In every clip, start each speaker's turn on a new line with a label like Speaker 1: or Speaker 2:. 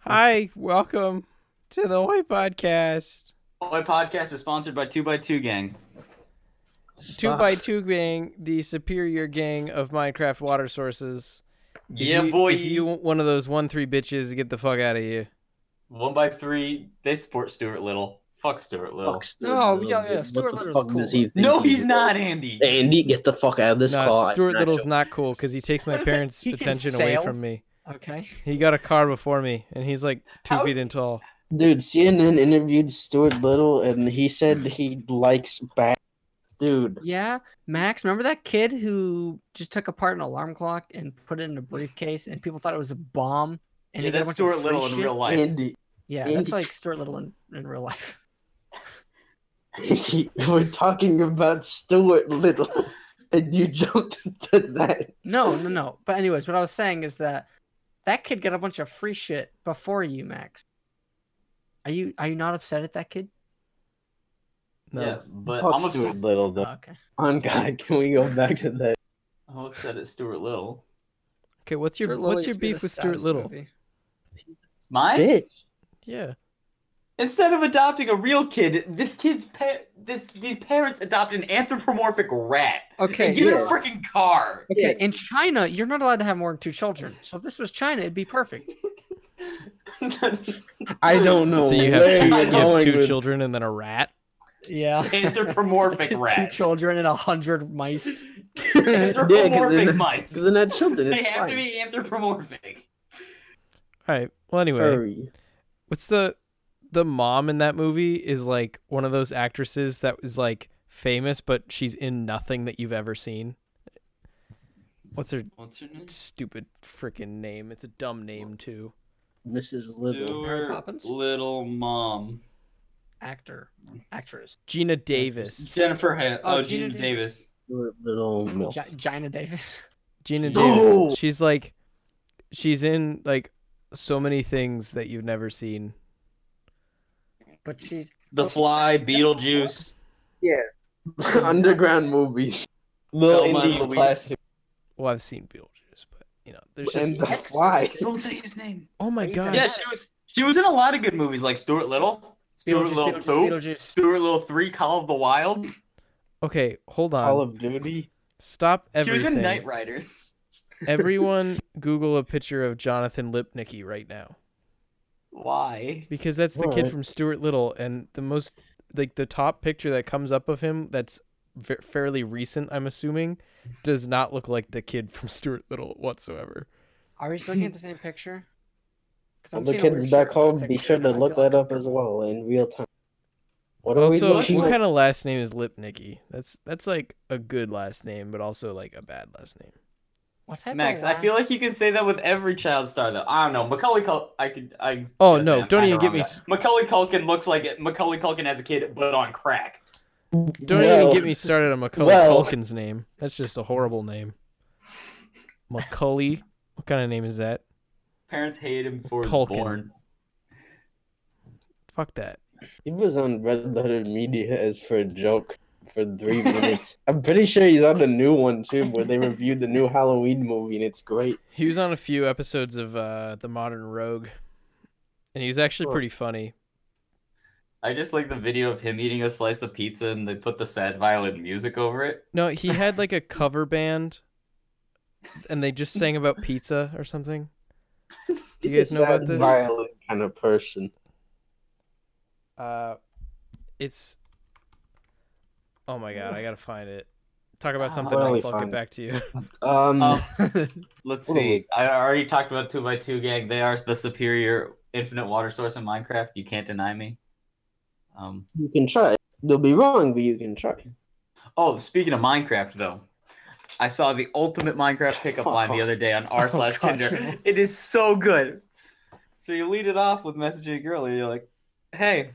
Speaker 1: Hi, welcome to the White Podcast.
Speaker 2: My podcast is sponsored by Two by Two Gang.
Speaker 1: Two by two gang, the superior gang of Minecraft water sources. If
Speaker 2: Yeah,
Speaker 1: you-
Speaker 2: boy.
Speaker 1: If you want one of those one three bitches, get the fuck out of here.
Speaker 2: One by three. They support Stuart Little. Fuck Stuart Little.
Speaker 3: Fuck Stuart
Speaker 4: No,
Speaker 3: Little,
Speaker 4: yeah, yeah,
Speaker 3: dude. What
Speaker 4: Stuart
Speaker 3: the
Speaker 4: Little's
Speaker 3: fuck does
Speaker 4: cool.
Speaker 3: he think
Speaker 2: no,
Speaker 3: he
Speaker 2: he's
Speaker 3: is?
Speaker 2: not Andy.
Speaker 3: Andy, get the fuck out of this
Speaker 1: Nah,
Speaker 3: car.
Speaker 1: Stuart Little's
Speaker 3: not.
Speaker 1: not cool because he takes my parents'
Speaker 4: He can
Speaker 1: attention away
Speaker 4: sail.
Speaker 1: from me.
Speaker 4: Okay.
Speaker 1: He got a car before me, and he's like two
Speaker 2: How-
Speaker 1: feet in tall.
Speaker 3: Dude, CNN interviewed Stuart Little and he said he likes bad. Dude,
Speaker 4: Yeah, Max, remember that kid who just took apart an alarm clock and put it in a briefcase and people thought it was a bomb?
Speaker 2: yeah,
Speaker 4: And he got a
Speaker 2: that's
Speaker 4: bunch of
Speaker 2: Stuart
Speaker 4: free
Speaker 2: Little in
Speaker 4: shit?
Speaker 2: real life.
Speaker 3: Andy,
Speaker 4: Yeah,
Speaker 3: Andy.
Speaker 4: that's like Stuart Little in, in real life.
Speaker 3: Andy, we're talking about Stuart Little and you jumped to that.
Speaker 4: No, no, no. But anyways, what I was saying is that that kid got a bunch of free shit before you, Max. Are you are you not upset at that kid?
Speaker 1: No,
Speaker 2: Yeah, but
Speaker 3: Fuck
Speaker 2: I'm
Speaker 3: Stuart
Speaker 2: upset.
Speaker 3: Little,
Speaker 4: Oh,
Speaker 3: though.
Speaker 4: okay.
Speaker 3: On God, can we go back to that?
Speaker 2: I'm upset at Stuart Little.
Speaker 1: Okay, what's your
Speaker 4: Stuart Little
Speaker 1: what's your
Speaker 4: used to be
Speaker 1: beef
Speaker 4: the
Speaker 1: with Stuart
Speaker 4: saddest
Speaker 1: Little?
Speaker 4: movie.
Speaker 2: Mine.
Speaker 3: Bitch.
Speaker 1: Yeah,
Speaker 2: Instead of adopting a real kid, this kid's pa- this these parents adopt an anthropomorphic rat
Speaker 4: Okay.
Speaker 2: and give it
Speaker 3: yeah.
Speaker 2: a freaking car.
Speaker 4: Okay, in China, you're not allowed to have more than two children. So if this was China, it'd be perfect.
Speaker 3: I don't know.
Speaker 1: so you have
Speaker 3: where
Speaker 1: two, you
Speaker 3: you're
Speaker 1: have
Speaker 3: going
Speaker 1: two
Speaker 3: with-
Speaker 1: children and then a rat.
Speaker 4: Yeah.
Speaker 2: anthropomorphic
Speaker 4: two, two
Speaker 2: rat.
Speaker 4: children and a hundred mice.
Speaker 2: anthropomorphic
Speaker 3: then-
Speaker 2: mice.
Speaker 3: They're not children.
Speaker 2: they
Speaker 3: It's
Speaker 2: have
Speaker 3: fine.
Speaker 2: to be anthropomorphic.
Speaker 1: All right. Well, anyway,
Speaker 3: Furry.
Speaker 1: what's the the mom in that movie is like one of those actresses that was like famous but she's in nothing that you've ever seen what's her
Speaker 2: What's her name?
Speaker 1: stupid freaking name it's a dumb name too
Speaker 3: Mrs. Little.
Speaker 4: Mary Poppins?
Speaker 2: Little Mom.
Speaker 4: Actor, actress,
Speaker 1: gina davis
Speaker 2: Jennifer. Ha-
Speaker 4: Oh, Gina Davis.
Speaker 3: Stuart Little milf.
Speaker 4: Gi- Gina Davis.
Speaker 1: gina
Speaker 3: No!
Speaker 1: davis she's like she's in like so many things that you've never seen
Speaker 4: But she's
Speaker 2: The Fly, Beetlejuice.
Speaker 3: Underground movies.
Speaker 2: Little Indian classic.
Speaker 1: well i've seen beetlejuice but you know there's just
Speaker 3: And the fly.
Speaker 2: Don't say his name.
Speaker 1: oh my
Speaker 4: What do you
Speaker 1: god
Speaker 4: say?
Speaker 2: Yeah, she was. She was in a lot of good movies like Stuart Little, Stuart
Speaker 4: Beetlejuice,
Speaker 2: Little
Speaker 4: Beetlejuice,
Speaker 2: Two,
Speaker 4: Beetlejuice.
Speaker 2: Stuart Little Three, Call of the Wild.
Speaker 1: okay hold on
Speaker 3: Call of Duty.
Speaker 1: stop
Speaker 2: She
Speaker 1: everything
Speaker 2: was in Knight Rider.
Speaker 1: Everyone Google a picture of Jonathan Lipnicki right now
Speaker 2: Why?
Speaker 1: because that's the kid
Speaker 3: Alright.
Speaker 1: from Stuart Little and the most like the top picture that comes up of him that's fa- fairly recent I'm assuming does not look like the kid from Stuart Little whatsoever.
Speaker 4: Are we just looking at the same picture? 'Cause
Speaker 3: All
Speaker 4: I'm
Speaker 3: the
Speaker 4: seeing a
Speaker 3: kids
Speaker 4: weird
Speaker 3: back
Speaker 4: shit on
Speaker 3: home,
Speaker 4: this
Speaker 3: be
Speaker 4: picture,
Speaker 3: sure
Speaker 4: and I
Speaker 3: to look
Speaker 4: feel like
Speaker 3: that up
Speaker 4: I'm-
Speaker 3: as well in real time. What are we
Speaker 1: Also,
Speaker 3: looking
Speaker 1: what
Speaker 3: at?
Speaker 1: kind of last name is Lipnicki? That's that's like a good last name but also like a bad last name.
Speaker 4: What type of
Speaker 2: Max, I feel like
Speaker 4: last-
Speaker 2: you can say that with every child star though. I don't know. Macaulay Culkin. I could. I.
Speaker 1: Oh
Speaker 2: guess
Speaker 1: no,
Speaker 2: I'm
Speaker 1: don't
Speaker 2: kinda
Speaker 1: even get
Speaker 2: wrong
Speaker 1: me
Speaker 2: about- Macaulay Culkin looks like it. Macaulay Culkin as a kid, but on crack.
Speaker 1: don't even
Speaker 3: Well,
Speaker 1: get me started on Macaulay
Speaker 3: well.
Speaker 1: Culkin's name. That's just a horrible name. Macaulay, what kind of name is that?
Speaker 2: Parents hated him before he was
Speaker 1: Culkin.
Speaker 2: born.
Speaker 1: Fuck that.
Speaker 3: He was on Red Letter Media as for a joke for three minutes. I'm pretty sure he's on a new one too, where they reviewed the new Halloween movie and it's great.
Speaker 1: He was on a few episodes of uh, The Modern Rogue, and he was actually
Speaker 3: Huh.
Speaker 1: pretty funny.
Speaker 2: I just like the video of him eating a slice of pizza and they put the sad violin music over it.
Speaker 1: No, he had like a cover band, and they just sang about pizza or something. Do you guys know about this?
Speaker 3: Violent kind of person.
Speaker 1: Uh, it's. Oh my god, I gotta find it. Talk about
Speaker 4: Wow.
Speaker 1: something
Speaker 3: Really
Speaker 1: else. I'll get
Speaker 3: fun.
Speaker 1: back to you.
Speaker 3: Um,
Speaker 2: Um, let's
Speaker 3: Hold on.
Speaker 2: see. I already talked about two by two gang. They are the superior infinite water source in Minecraft. You can't deny me. Um.
Speaker 3: you can try. You'll be wrong, but you can try.
Speaker 2: Oh, speaking of Minecraft though, I saw the ultimate Minecraft pickup line the other day on r slash
Speaker 4: God,
Speaker 2: Tinder.
Speaker 4: no.
Speaker 2: It is so good. So you lead it off with messaging a girl and you're like, "Hey,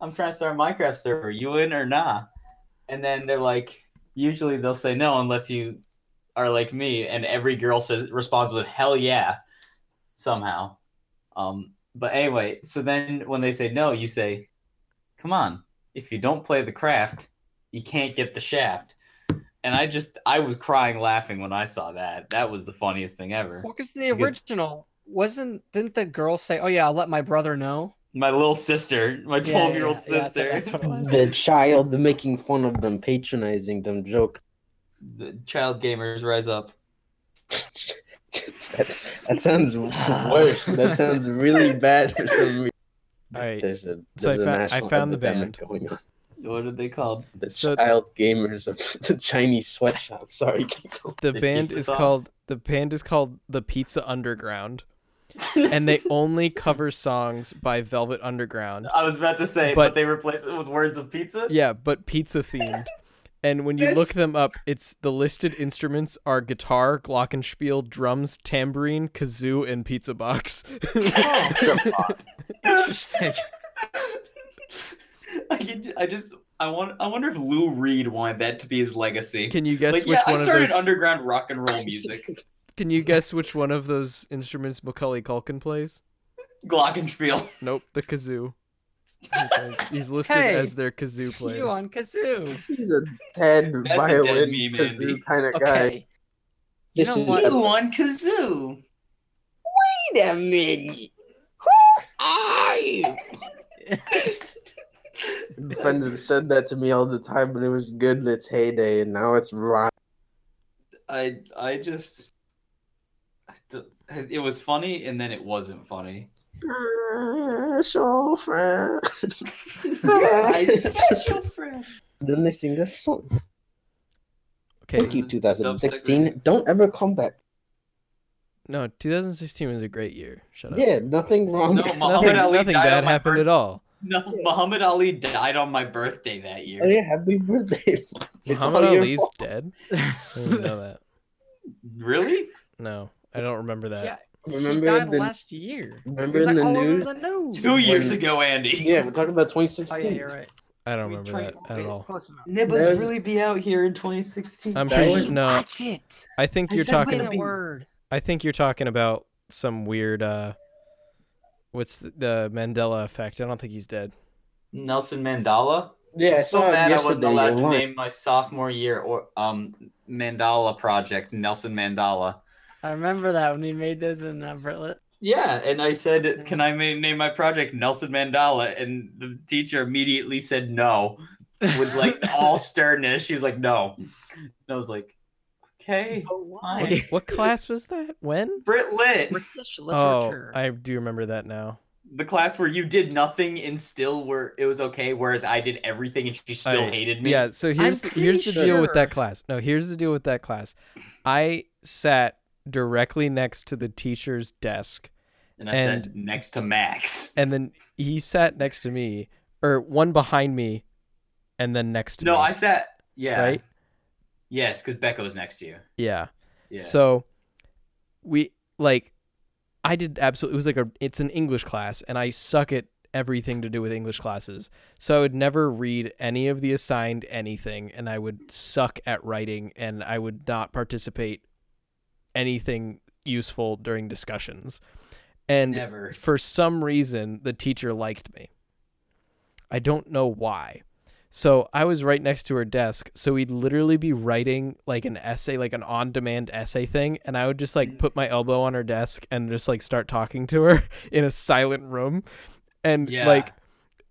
Speaker 2: I'm trying to start a Minecraft server. You in or nah?" And then they're like, usually they'll say no unless you are like me, and every girl says responds with "Hell yeah," somehow. Um, but anyway, so then when they say no, you say, "Come on, if you don't play the craft, you can't get the shaft." And I just I was crying laughing when I saw that. That was the funniest thing ever.
Speaker 4: Well, 'cause the
Speaker 2: Because-
Speaker 4: original wasn't didn't the girl say, "Oh yeah, I'll let my brother know"?
Speaker 2: My little sister, my
Speaker 4: yeah,
Speaker 2: twelve year old
Speaker 4: yeah, that's-
Speaker 2: sister.
Speaker 4: that's what it was.
Speaker 3: The child making fun of them, patronizing them, joke.
Speaker 2: the child gamers rise up.
Speaker 3: that, that sounds worse. That sounds really bad for some reason.
Speaker 1: All right.
Speaker 3: There's a,
Speaker 1: So
Speaker 3: there's
Speaker 1: I
Speaker 3: a
Speaker 1: found- I
Speaker 3: national
Speaker 1: found the
Speaker 3: epidemic going on.
Speaker 2: What are they called?
Speaker 3: The
Speaker 1: So-
Speaker 3: child gamers of the Chinese sweatshop. Sorry, Kiko.
Speaker 1: The
Speaker 2: The
Speaker 1: band
Speaker 2: pizza
Speaker 1: is
Speaker 2: sauce.
Speaker 1: called the band is called the Pizza Underground, and they only cover songs by Velvet Underground.
Speaker 2: I was about to say, but,
Speaker 1: But-
Speaker 2: they replace it with words of pizza.
Speaker 1: Yeah, but pizza themed. And when you look
Speaker 2: That's-
Speaker 1: them up, it's the listed instruments are guitar, glockenspiel, drums, tambourine, kazoo, and pizza box.
Speaker 2: Oh.
Speaker 4: Interesting.
Speaker 2: I can, I just I want I wonder if Lou Reed wanted that to be his legacy.
Speaker 1: Can you guess
Speaker 2: like
Speaker 1: which
Speaker 2: yeah, I
Speaker 1: one of
Speaker 2: started
Speaker 1: those?
Speaker 2: underground rock and roll music.
Speaker 1: Can you guess which one of those instruments Macaulay Culkin plays?
Speaker 2: Glockenspiel.
Speaker 1: Nope, the kazoo. He plays- He's listed
Speaker 4: Hey,
Speaker 1: as their kazoo player.
Speaker 4: you on kazoo?
Speaker 3: He's a dead
Speaker 2: dead
Speaker 3: violin
Speaker 2: meme,
Speaker 3: kazoo
Speaker 2: Andy.
Speaker 3: kind of guy.
Speaker 4: Okay. You
Speaker 3: This
Speaker 4: know
Speaker 3: is
Speaker 4: what?
Speaker 3: a-
Speaker 2: on kazoo.
Speaker 3: Wait a minute. Who are you? My friends have said that to me all the time, but it was good in its heyday, and now it's rot.
Speaker 2: I I just I d- it was funny and then it wasn't funny.
Speaker 3: Special friend.
Speaker 2: My special friend.
Speaker 3: Then they sing their song. Thank
Speaker 1: Okay,
Speaker 3: you, 2016. Don't ever come back.
Speaker 1: no, 2016 was a great year. Shut up.
Speaker 3: Yeah, nothing wrong.
Speaker 2: No,
Speaker 3: with
Speaker 2: Muhammad
Speaker 1: nothing,
Speaker 2: Ali
Speaker 1: nothing
Speaker 2: died on
Speaker 1: bad
Speaker 2: my
Speaker 1: happened
Speaker 2: birth-
Speaker 1: at all.
Speaker 2: No, Muhammad Ali died on my birthday that
Speaker 3: Oh,
Speaker 2: year.
Speaker 3: yeah, happy birthday. It's
Speaker 1: Muhammad
Speaker 3: all your
Speaker 1: Ali's
Speaker 3: fault.
Speaker 1: dead. I didn't know that.
Speaker 2: Really?
Speaker 1: No, I don't remember that.
Speaker 4: Yeah,
Speaker 3: Remember
Speaker 4: he died
Speaker 3: the-
Speaker 4: last year. He
Speaker 3: Remember
Speaker 4: was
Speaker 3: in
Speaker 4: like
Speaker 3: the
Speaker 4: all
Speaker 3: news?
Speaker 4: over the news.
Speaker 2: Two years
Speaker 3: When-
Speaker 2: ago, Andy.
Speaker 3: Yeah, we're talking about
Speaker 4: Oh
Speaker 3: 2016.
Speaker 4: yeah, you're right.
Speaker 1: I don't
Speaker 2: We
Speaker 1: remember
Speaker 2: tried-
Speaker 1: that at all.
Speaker 4: Close enough.
Speaker 3: There's-
Speaker 2: Nibbas really be out here in 2016.
Speaker 1: I'm
Speaker 3: That
Speaker 1: pretty
Speaker 3: was-
Speaker 1: sure, no.
Speaker 4: Watch it.
Speaker 1: I think
Speaker 2: I
Speaker 1: you're
Speaker 2: said
Speaker 1: talking.
Speaker 2: wait
Speaker 4: Say the word.
Speaker 1: I think you're talking about some weird. uh What's the, the Mandela effect? I don't think he's dead.
Speaker 2: Nelson Mandela.
Speaker 3: Yeah, I
Speaker 2: I'm so
Speaker 3: saw it
Speaker 2: mad I
Speaker 3: yesterday.
Speaker 2: wasn't allowed
Speaker 3: you're
Speaker 2: to
Speaker 3: lying.
Speaker 2: name my sophomore year or um Mandala project Nelson Mandala.
Speaker 4: I remember that when we made those in uh, Britlet.
Speaker 2: Yeah, and I said, "Can I ma- name my project Nelson Mandala?" And the teacher immediately said no, with like all sternness. She was like, "No," and I was like, "Okay."
Speaker 4: But
Speaker 2: Fine.
Speaker 4: Oh, why?
Speaker 1: What, what class was that? When?
Speaker 2: Brit Lit,
Speaker 4: British
Speaker 1: Oh,
Speaker 4: literature.
Speaker 1: I do remember that now.
Speaker 2: the class where you did nothing and still were it was okay, whereas I did everything and she still
Speaker 1: I-
Speaker 2: hated me.
Speaker 1: Yeah. So here's the,
Speaker 4: pretty
Speaker 1: here's the deal with
Speaker 4: sure-
Speaker 1: that class. No, here's the deal with that class. I sat directly next to the teacher's desk
Speaker 2: and I said next to Max.
Speaker 1: and then he sat next to me, or one behind me, and then next to
Speaker 2: No,
Speaker 1: me.
Speaker 2: I sat. Yeah.
Speaker 1: Right?
Speaker 2: Yes, because Becca was next to you.
Speaker 1: Yeah.
Speaker 2: Yeah.
Speaker 1: So we like, I did absolutely. It was like a. It's an English class, and I suck at everything to do with English classes. So I would never read any of the assigned anything, and I would suck at writing, and I would not participate anything useful during discussions. And
Speaker 2: Never.
Speaker 1: for some reason the teacher liked me. I don't know why. So I was right next to her desk, so we'd literally be writing like an essay, like an on-demand essay thing, and I would just like put my elbow on her desk and just like start talking to her in a silent room and
Speaker 2: Yeah.
Speaker 1: like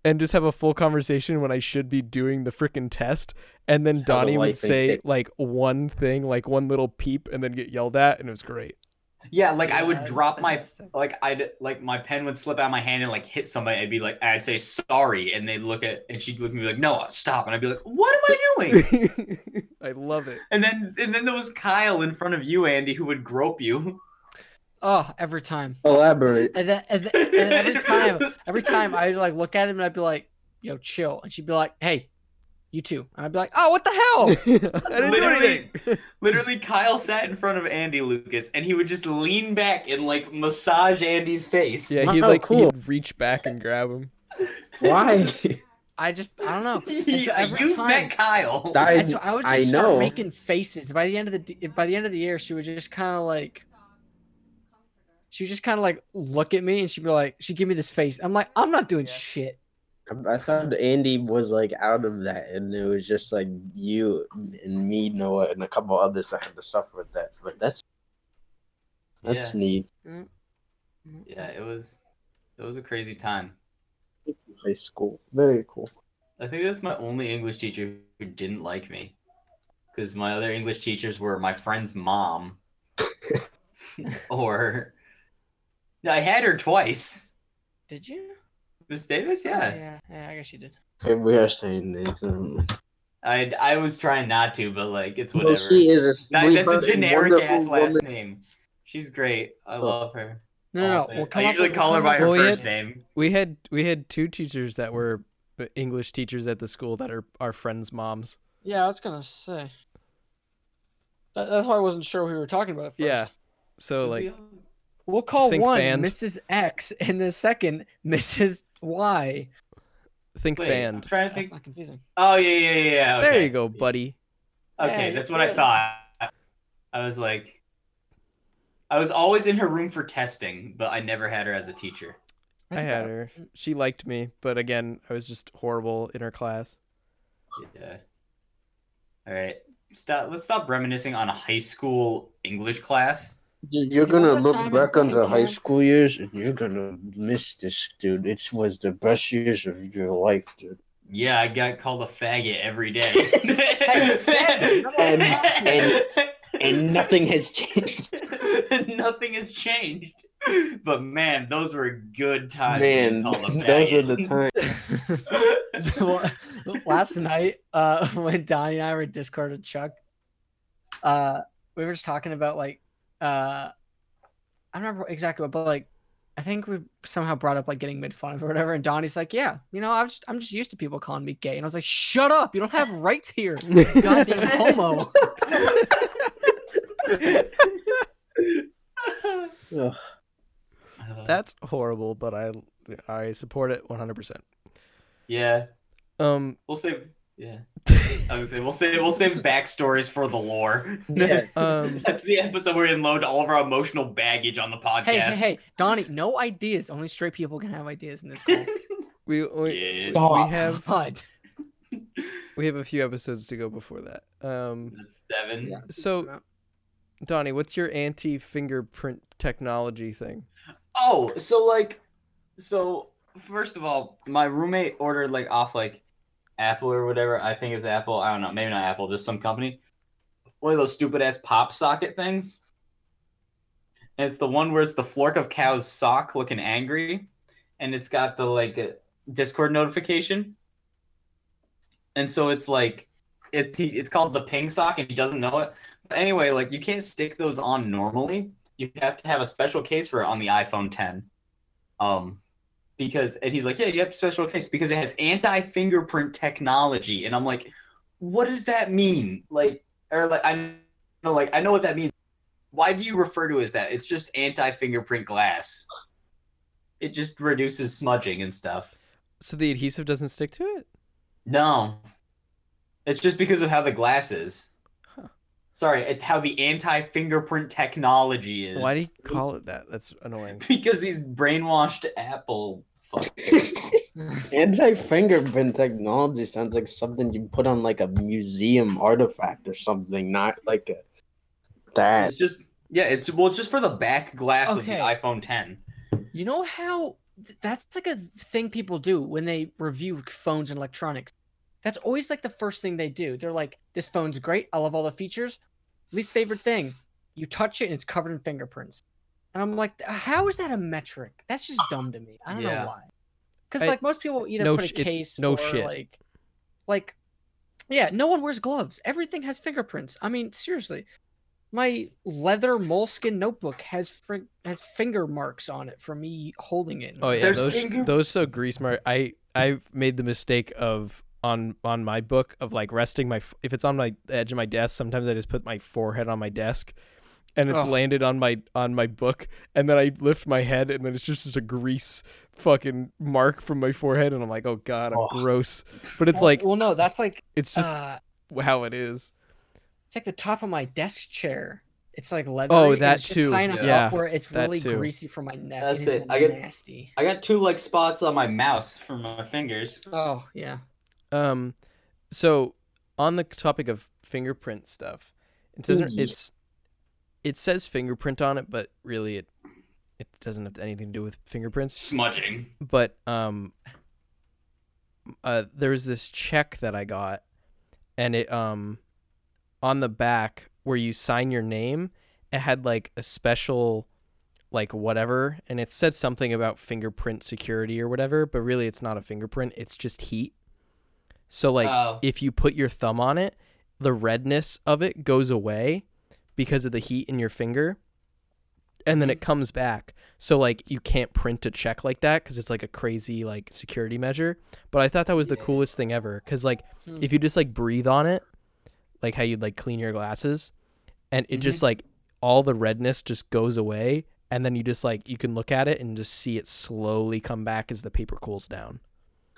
Speaker 1: and just have a full conversation when I should be doing the freaking test. And then
Speaker 3: That's how the
Speaker 1: Donnie would
Speaker 3: life thing
Speaker 1: say
Speaker 3: kicks.
Speaker 1: like one thing, like one little peep and then get yelled at and it was great.
Speaker 2: Yeah, like I
Speaker 4: Yeah,
Speaker 2: would
Speaker 4: it's
Speaker 2: drop my
Speaker 4: fantastic.
Speaker 2: like I'd like my pen would slip out of my hand and like hit somebody. I'd be like, I'd say sorry, and they'd look at and she'd look at me like, no, stop, and I'd be like, what am I doing?
Speaker 1: I love it.
Speaker 2: and then and then there was Kyle in front of you, Andy, who would grope you.
Speaker 4: Oh, every time.
Speaker 3: Elaborate.
Speaker 4: And then, and then, and then every time, every time I'd like look at him and I'd be like, "Yo, chill," and she'd be like, "Hey, you too," and I'd be like, "Oh, what the hell?"
Speaker 1: I didn't do
Speaker 2: Literally.
Speaker 1: anything.
Speaker 2: Literally, Kyle sat in front of Andy Lucas, and he would just lean back and like massage Andy's face.
Speaker 1: Yeah, he'd
Speaker 3: Oh,
Speaker 1: like
Speaker 3: cool.
Speaker 1: he'd reach back and grab him.
Speaker 3: Why?
Speaker 4: I just, I don't know. And so
Speaker 2: Yeah,
Speaker 4: every
Speaker 2: you
Speaker 4: time,
Speaker 2: met Kyle.
Speaker 3: That- I-
Speaker 4: and so I would just
Speaker 3: I
Speaker 4: start
Speaker 3: know.
Speaker 4: making faces. By the end of the, d- by the end of the year, she would just kind of like, she would just kind of like look at me and she'd be like, she'd give me this face. I'm like, I'm not doing shit.
Speaker 3: I thought Andy was like out of that, and it was just like you and me, Noah, and a couple others that had to suffer with that. But that's that's neat.
Speaker 2: Yeah, it was it was a crazy time.
Speaker 3: High school. Very cool.
Speaker 2: I think that's my only English teacher who didn't like me. Because my other English teachers were my friend's mom. or I had her twice.
Speaker 4: Did you?
Speaker 2: Miss Davis,
Speaker 4: Oh,
Speaker 2: yeah.
Speaker 4: yeah. Yeah. I guess you did.
Speaker 3: Okay, we are saying names. Um,
Speaker 2: I I was trying not to, but like it's
Speaker 3: no,
Speaker 2: whatever.
Speaker 3: she is a
Speaker 2: That- that's a
Speaker 3: sweetheart and
Speaker 2: generic ass
Speaker 3: wonderful
Speaker 2: last
Speaker 3: woman.
Speaker 2: name. She's great. I
Speaker 3: Oh.
Speaker 2: love her.
Speaker 4: No, no, no.
Speaker 2: Honestly.
Speaker 4: We'll
Speaker 2: I
Speaker 4: come up
Speaker 2: usually
Speaker 4: with-
Speaker 2: call her
Speaker 4: come
Speaker 2: by
Speaker 4: up
Speaker 2: her
Speaker 1: Well,
Speaker 4: with-
Speaker 1: yeah.
Speaker 2: first name.
Speaker 1: We had we had two teachers that were uh, English teachers at the school that are our friends' moms.
Speaker 4: Yeah, I was gonna say. That, that's why I wasn't sure who we were talking about at first.
Speaker 1: Yeah. So
Speaker 2: Who's the
Speaker 1: like
Speaker 2: other one?
Speaker 4: We'll call
Speaker 1: Think
Speaker 4: one
Speaker 1: band.
Speaker 4: Mrs. X and the second Mrs. Y.
Speaker 1: think
Speaker 2: Wait, I'm
Speaker 1: band.
Speaker 2: trying to
Speaker 4: That's
Speaker 2: think.
Speaker 4: not confusing.
Speaker 2: Oh yeah, yeah, yeah. yeah. Okay.
Speaker 1: There you go, buddy.
Speaker 2: Okay,
Speaker 4: Yeah,
Speaker 2: that's
Speaker 4: you're
Speaker 2: what I
Speaker 4: good.
Speaker 2: thought. I was like, I was always in her room for testing, but I never had her as a teacher.
Speaker 1: I,
Speaker 4: think
Speaker 1: had her. She liked me, but again, I was just horrible in her class.
Speaker 2: Yeah. All right, stop. Let's stop reminiscing on a high school English class.
Speaker 3: Dude, You're
Speaker 4: You know
Speaker 3: gonna
Speaker 4: that
Speaker 3: look
Speaker 4: time in
Speaker 3: back on the high
Speaker 4: Bandcamp?
Speaker 3: school years and you're gonna miss this, dude. It was the best years of your life, dude.
Speaker 2: Yeah, I got called a faggot every day.
Speaker 4: faggot, come on,
Speaker 3: And nothing has changed.
Speaker 2: Nothing has changed. But man, those were good times.
Speaker 3: Man,
Speaker 2: being called a
Speaker 3: those are
Speaker 2: faggot.
Speaker 3: the times.
Speaker 4: So, uh, last night, uh, when Donnie and I were in Discord with Chuck, uh, we were just talking about like, uh, I don't remember exactly what, but like, I think we somehow brought up like getting made fun of or whatever. And Donnie's like, "Yeah, you know, I'm just I'm just used to people calling me gay." And I was like, "Shut up! You don't have rights here, you goddamn homo."
Speaker 3: Ugh.
Speaker 2: Uh,
Speaker 1: That's horrible, but I I support it 100%.
Speaker 2: yeah,
Speaker 1: Um
Speaker 2: we'll save. Yeah, I was gonna say, we'll save we'll save backstories for the lore.
Speaker 3: Yeah.
Speaker 1: um
Speaker 2: That's the episode where we unload all of our emotional baggage on the podcast.
Speaker 4: Hey, hey, hey, Donnie, no ideas. Only straight people can have ideas in this call.
Speaker 1: we we,
Speaker 2: Yeah.
Speaker 3: Stop.
Speaker 1: we have
Speaker 4: God.
Speaker 1: we have a few episodes to go before that. Um
Speaker 2: That's seven.
Speaker 4: Yeah.
Speaker 1: so Donnie, what's your anti-fingerprint technology thing?
Speaker 2: Oh, so like, so first of all, my roommate ordered like off like Apple or whatever. I think it's Apple. I don't know. Maybe not Apple. Just some company. One of those stupid ass pop socket things. And it's the one where it's the Flork of Cow's sock looking angry, and it's got the like uh, Discord notification. And so it's like it it's called the ping sock, and he doesn't know it. But anyway, like you can't stick those on normally you have to have a special case for it on the iPhone 10. Um, because and he's like, yeah, you have a special case because it has anti-fingerprint technology, and I'm like, what does that mean? Like, or like I know, like I know what that means. Why do you refer to it as that? It's just anti-fingerprint glass. It just reduces smudging and stuff.
Speaker 1: So the adhesive doesn't stick to it?
Speaker 2: No, it's just because of how the glass is.
Speaker 1: Huh.
Speaker 2: Sorry, it's how the anti-fingerprint technology is.
Speaker 1: Why do you call it that? That's annoying.
Speaker 2: Because he's brainwashed Apple fuckers.
Speaker 3: Anti fingerprint technology sounds like something you put on like a museum artifact or something, not like a that.
Speaker 2: it's just yeah, it's well, it's just for the back glass of
Speaker 4: Okay.
Speaker 2: the iPhone 10.
Speaker 4: You know how th- that's like a thing people do when they review phones and electronics. That's always like the first thing they do. They're like, "This phone's great. I love all the features." Least favorite thing, you touch it and it's covered in fingerprints. And I'm like, how is that a metric? That's just dumb to me. I don't
Speaker 2: Yeah.
Speaker 4: know why. Because
Speaker 1: I-
Speaker 4: like most people either
Speaker 1: no
Speaker 4: put
Speaker 1: sh-
Speaker 4: a
Speaker 1: it's
Speaker 4: case
Speaker 1: no
Speaker 4: or
Speaker 1: shit.
Speaker 4: like, like, yeah, no one wears gloves. Everything has fingerprints. I mean, seriously. My leather moleskin notebook has fr- has finger marks on it from me holding it.
Speaker 1: Oh yeah,
Speaker 2: There's
Speaker 1: those
Speaker 2: finger-
Speaker 1: those so grease mark. I I've made the mistake of on on my book of like resting my f- if it's on my the edge of my desk. Sometimes I just put my forehead on my desk, and it's
Speaker 4: Ugh.
Speaker 1: landed on my on my book, and then I lift my head, and then it's just, just a grease fucking mark from my forehead, and I'm like, oh god, I'm
Speaker 3: Oh.
Speaker 1: gross. But it's
Speaker 4: Well-
Speaker 1: like
Speaker 4: "Oh, well, no, that's like
Speaker 1: it's just
Speaker 4: uh,
Speaker 1: how it is.
Speaker 4: it's like the top of my desk chair. It's like leather.
Speaker 1: Oh, that
Speaker 4: it's
Speaker 1: too.
Speaker 4: Just high enough
Speaker 1: Yeah.
Speaker 4: up where it's
Speaker 1: That
Speaker 4: really
Speaker 1: too.
Speaker 4: greasy for my neck.
Speaker 2: That's
Speaker 4: it. is
Speaker 2: it. I get-
Speaker 4: nasty.
Speaker 2: I got two like spots on my mouse from my fingers.
Speaker 4: Oh yeah.
Speaker 1: Um, so on the topic of fingerprint stuff, it doesn't.
Speaker 3: Ooh, yeah.
Speaker 1: It's it says fingerprint on it, but really it it doesn't have anything to do with fingerprints
Speaker 2: Smudging.
Speaker 1: but um uh there was this check that I got and it um on the back where you sign your name it had like a special like whatever and it said something about fingerprint security or whatever but really it's not a fingerprint it's just heat so like
Speaker 2: oh,
Speaker 1: if you put your thumb on it, the redness of it goes away because of the heat in your finger. And
Speaker 3: Mm-hmm.
Speaker 1: then it comes back. So like you can't print a check like that cuz it's like a crazy like security measure, but I thought that was the
Speaker 2: Yeah.
Speaker 1: coolest thing ever cuz like
Speaker 4: Hmm.
Speaker 1: if you just like breathe on it, like how you'd like clean your glasses and it
Speaker 3: Mm-hmm.
Speaker 1: just like all the redness just goes away and then you just like you can look at it and just see it slowly come back as the paper cools down.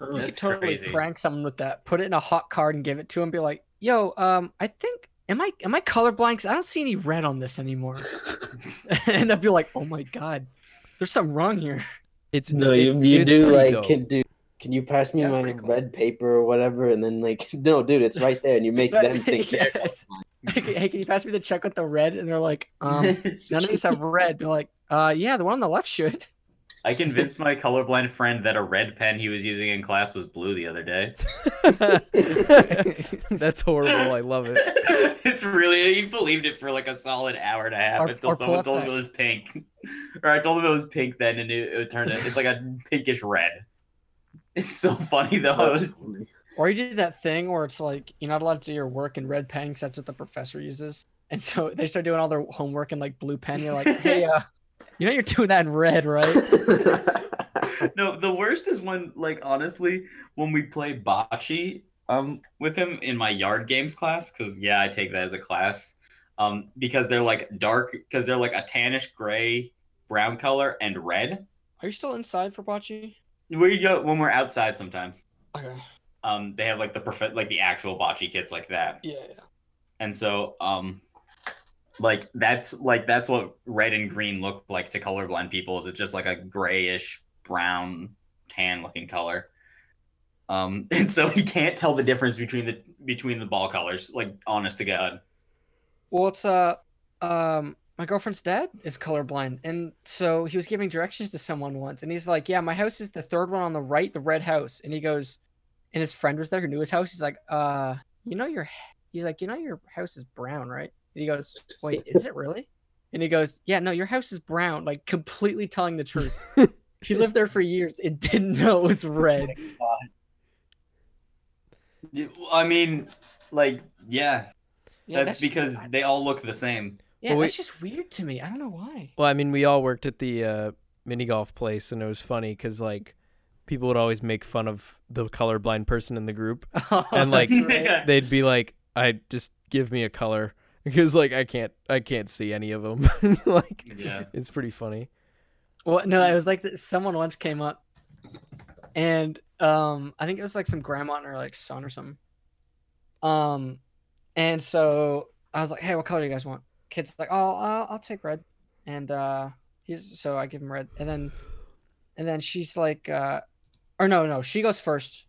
Speaker 4: You could
Speaker 2: That's
Speaker 4: totally
Speaker 2: crazy.
Speaker 4: prank someone with that. Put it in a hot card and give it to him. Be like, "Yo, um, I think am I am I colorblind? 'Cause I don't see any red on this anymore." and they'll be like, "Oh my god, there's something wrong here."
Speaker 1: It's
Speaker 3: No,
Speaker 1: it-
Speaker 3: you,
Speaker 1: it
Speaker 3: you
Speaker 1: was
Speaker 3: do
Speaker 1: pretty
Speaker 3: like
Speaker 1: dope.
Speaker 3: can do. Can you pass me
Speaker 4: That's
Speaker 3: my
Speaker 4: pretty cool.
Speaker 3: red paper or whatever? And then like, no, dude, it's right there, and you make them think.
Speaker 4: Yeah.
Speaker 3: they're colorblind.
Speaker 4: hey, can you pass me the check with the red? And they're like, "Um, none of these have red." Be like, "Uh, yeah, the one on the left should."
Speaker 2: I convinced my colorblind friend that a red pen he was using in class was blue the other day.
Speaker 1: That's horrible. I love it.
Speaker 2: it's really he believed it for like a solid hour and a half
Speaker 4: Or-
Speaker 2: until
Speaker 4: or
Speaker 2: someone
Speaker 4: pull-up
Speaker 2: told him
Speaker 4: bag.
Speaker 2: it was pink. or I told him it was pink then and it, it turned it, it's like a pinkish red. It's so funny though. It was-
Speaker 4: Or you do that thing where it's like you're not allowed to do your work in red pen because that's what the professor uses. And so they start doing all their homework in like blue pen. You're like, "Hey, uh, you know you're doing that in red, right?"
Speaker 2: no, the worst is when, like, honestly, when we play bocce um, with him in my yard games class, because, yeah, I take that as a class, um, because they're, like, dark, because they're, like, a tannish gray, brown color, and red.
Speaker 4: Are you still inside for bocce?
Speaker 2: We go when we're outside sometimes.
Speaker 4: Okay.
Speaker 2: Um, they have, like, the perfect, like, the actual bocce kits like that.
Speaker 4: Yeah, yeah.
Speaker 2: and so um like that's like that's what red and green look like to colorblind people is it's just like a grayish brown tan looking color um and so he can't tell the difference between the between the ball colors like honest to god
Speaker 4: Well, it's uh, um, my girlfriend's dad is colorblind, and so he was giving directions to someone once, and he's like, "Yeah, my house is the third one on the right, the red house." And he goes, and his friend was there who knew his house. He's like, "Uh, you know your," he's like, "You know your house is brown, right?" And he goes, "Wait, is it really?" And he goes, "Yeah, no, your house is brown." Like completely telling the truth. he lived there for years and didn't know it was red.
Speaker 2: i mean like yeah,
Speaker 4: Yeah,
Speaker 2: that's
Speaker 4: just-
Speaker 2: because
Speaker 4: I-
Speaker 2: they all look the same
Speaker 4: yeah,
Speaker 1: Well,
Speaker 4: that's
Speaker 1: we-
Speaker 4: just weird to me. I don't know why.
Speaker 1: Well, I mean, we all worked at the uh, mini golf place, and it was funny because like people would always make fun of the colorblind person in the group. And, like,
Speaker 4: That's right.
Speaker 2: Yeah.
Speaker 1: They'd be like, "I just give me a color," because like I can't, I can't see any of them. like,
Speaker 2: Yeah.
Speaker 1: it's pretty funny.
Speaker 4: Well, no, it was like that someone once came up, and um, I think it was like some grandma and her like son or something. Um, and so I was like, "Hey, what color do you guys want?" Kids like, "Oh, I'll, I'll take red," and uh, he's so I give him red, and then, and then she's like, uh, or no, no, she goes first.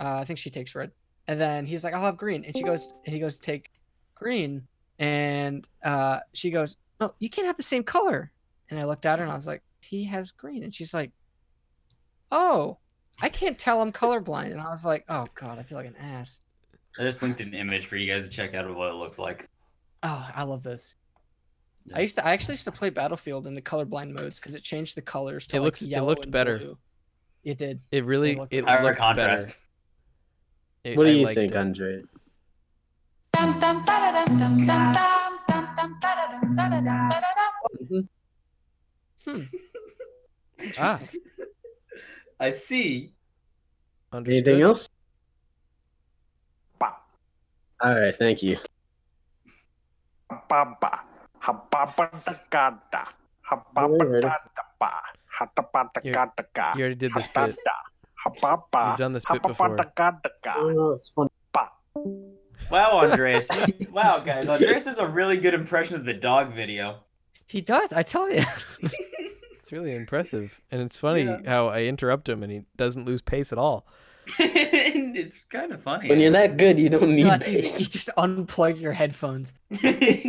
Speaker 4: Uh, I think she takes red, and then he's like, "I'll have green," and she goes, and he goes, "Take green," and uh, she goes, "No, you can't have the same color." And I looked at her and I was like, he has green. And she's like, oh, I can't tell I'm colorblind. And I was like, oh, God, I feel like an ass.
Speaker 2: i just linked an image for you guys to check out of what it looks like
Speaker 4: Oh, I love this.
Speaker 2: Yeah.
Speaker 4: I used to, I actually used to play Battlefield in the colorblind modes because it changed the colors to
Speaker 1: It
Speaker 4: like
Speaker 1: looks- it
Speaker 4: yellow
Speaker 1: looked
Speaker 4: and
Speaker 1: better.
Speaker 4: blue. It did.
Speaker 1: It really,
Speaker 4: look
Speaker 1: it
Speaker 4: better.
Speaker 2: higher
Speaker 1: looked
Speaker 2: contrast
Speaker 1: better. It-
Speaker 3: what do
Speaker 1: I
Speaker 3: you
Speaker 1: liked
Speaker 3: think,
Speaker 1: it.
Speaker 3: Andre?
Speaker 5: Dum dum da-da-dum, dum dum dum, dum dum da-da-dum, da-da-dum, da-da-dum.
Speaker 1: Ah,
Speaker 2: i see
Speaker 1: understood.
Speaker 3: Anything else? All right, thank you.
Speaker 6: Hababa, hababadagada, hababadadaba, hatabadagadaga,
Speaker 1: You already did this bit.
Speaker 6: hadada, hababa,
Speaker 1: You've done this bit before.
Speaker 3: Oh,
Speaker 6: hababadagadaga.
Speaker 3: no, it's fun.
Speaker 2: Wow, Andres. wow, guys. Andres is a really good impression of the dog video.
Speaker 4: He does. I tell you.
Speaker 1: It's really impressive, and it's funny
Speaker 2: Yeah.
Speaker 1: how I interrupt him, and he doesn't lose pace at all.
Speaker 2: And it's kind of funny.
Speaker 3: When you're that good, you don't need
Speaker 4: No, it's easy. You
Speaker 3: bass.
Speaker 4: just unplug your headphones.
Speaker 2: yeah.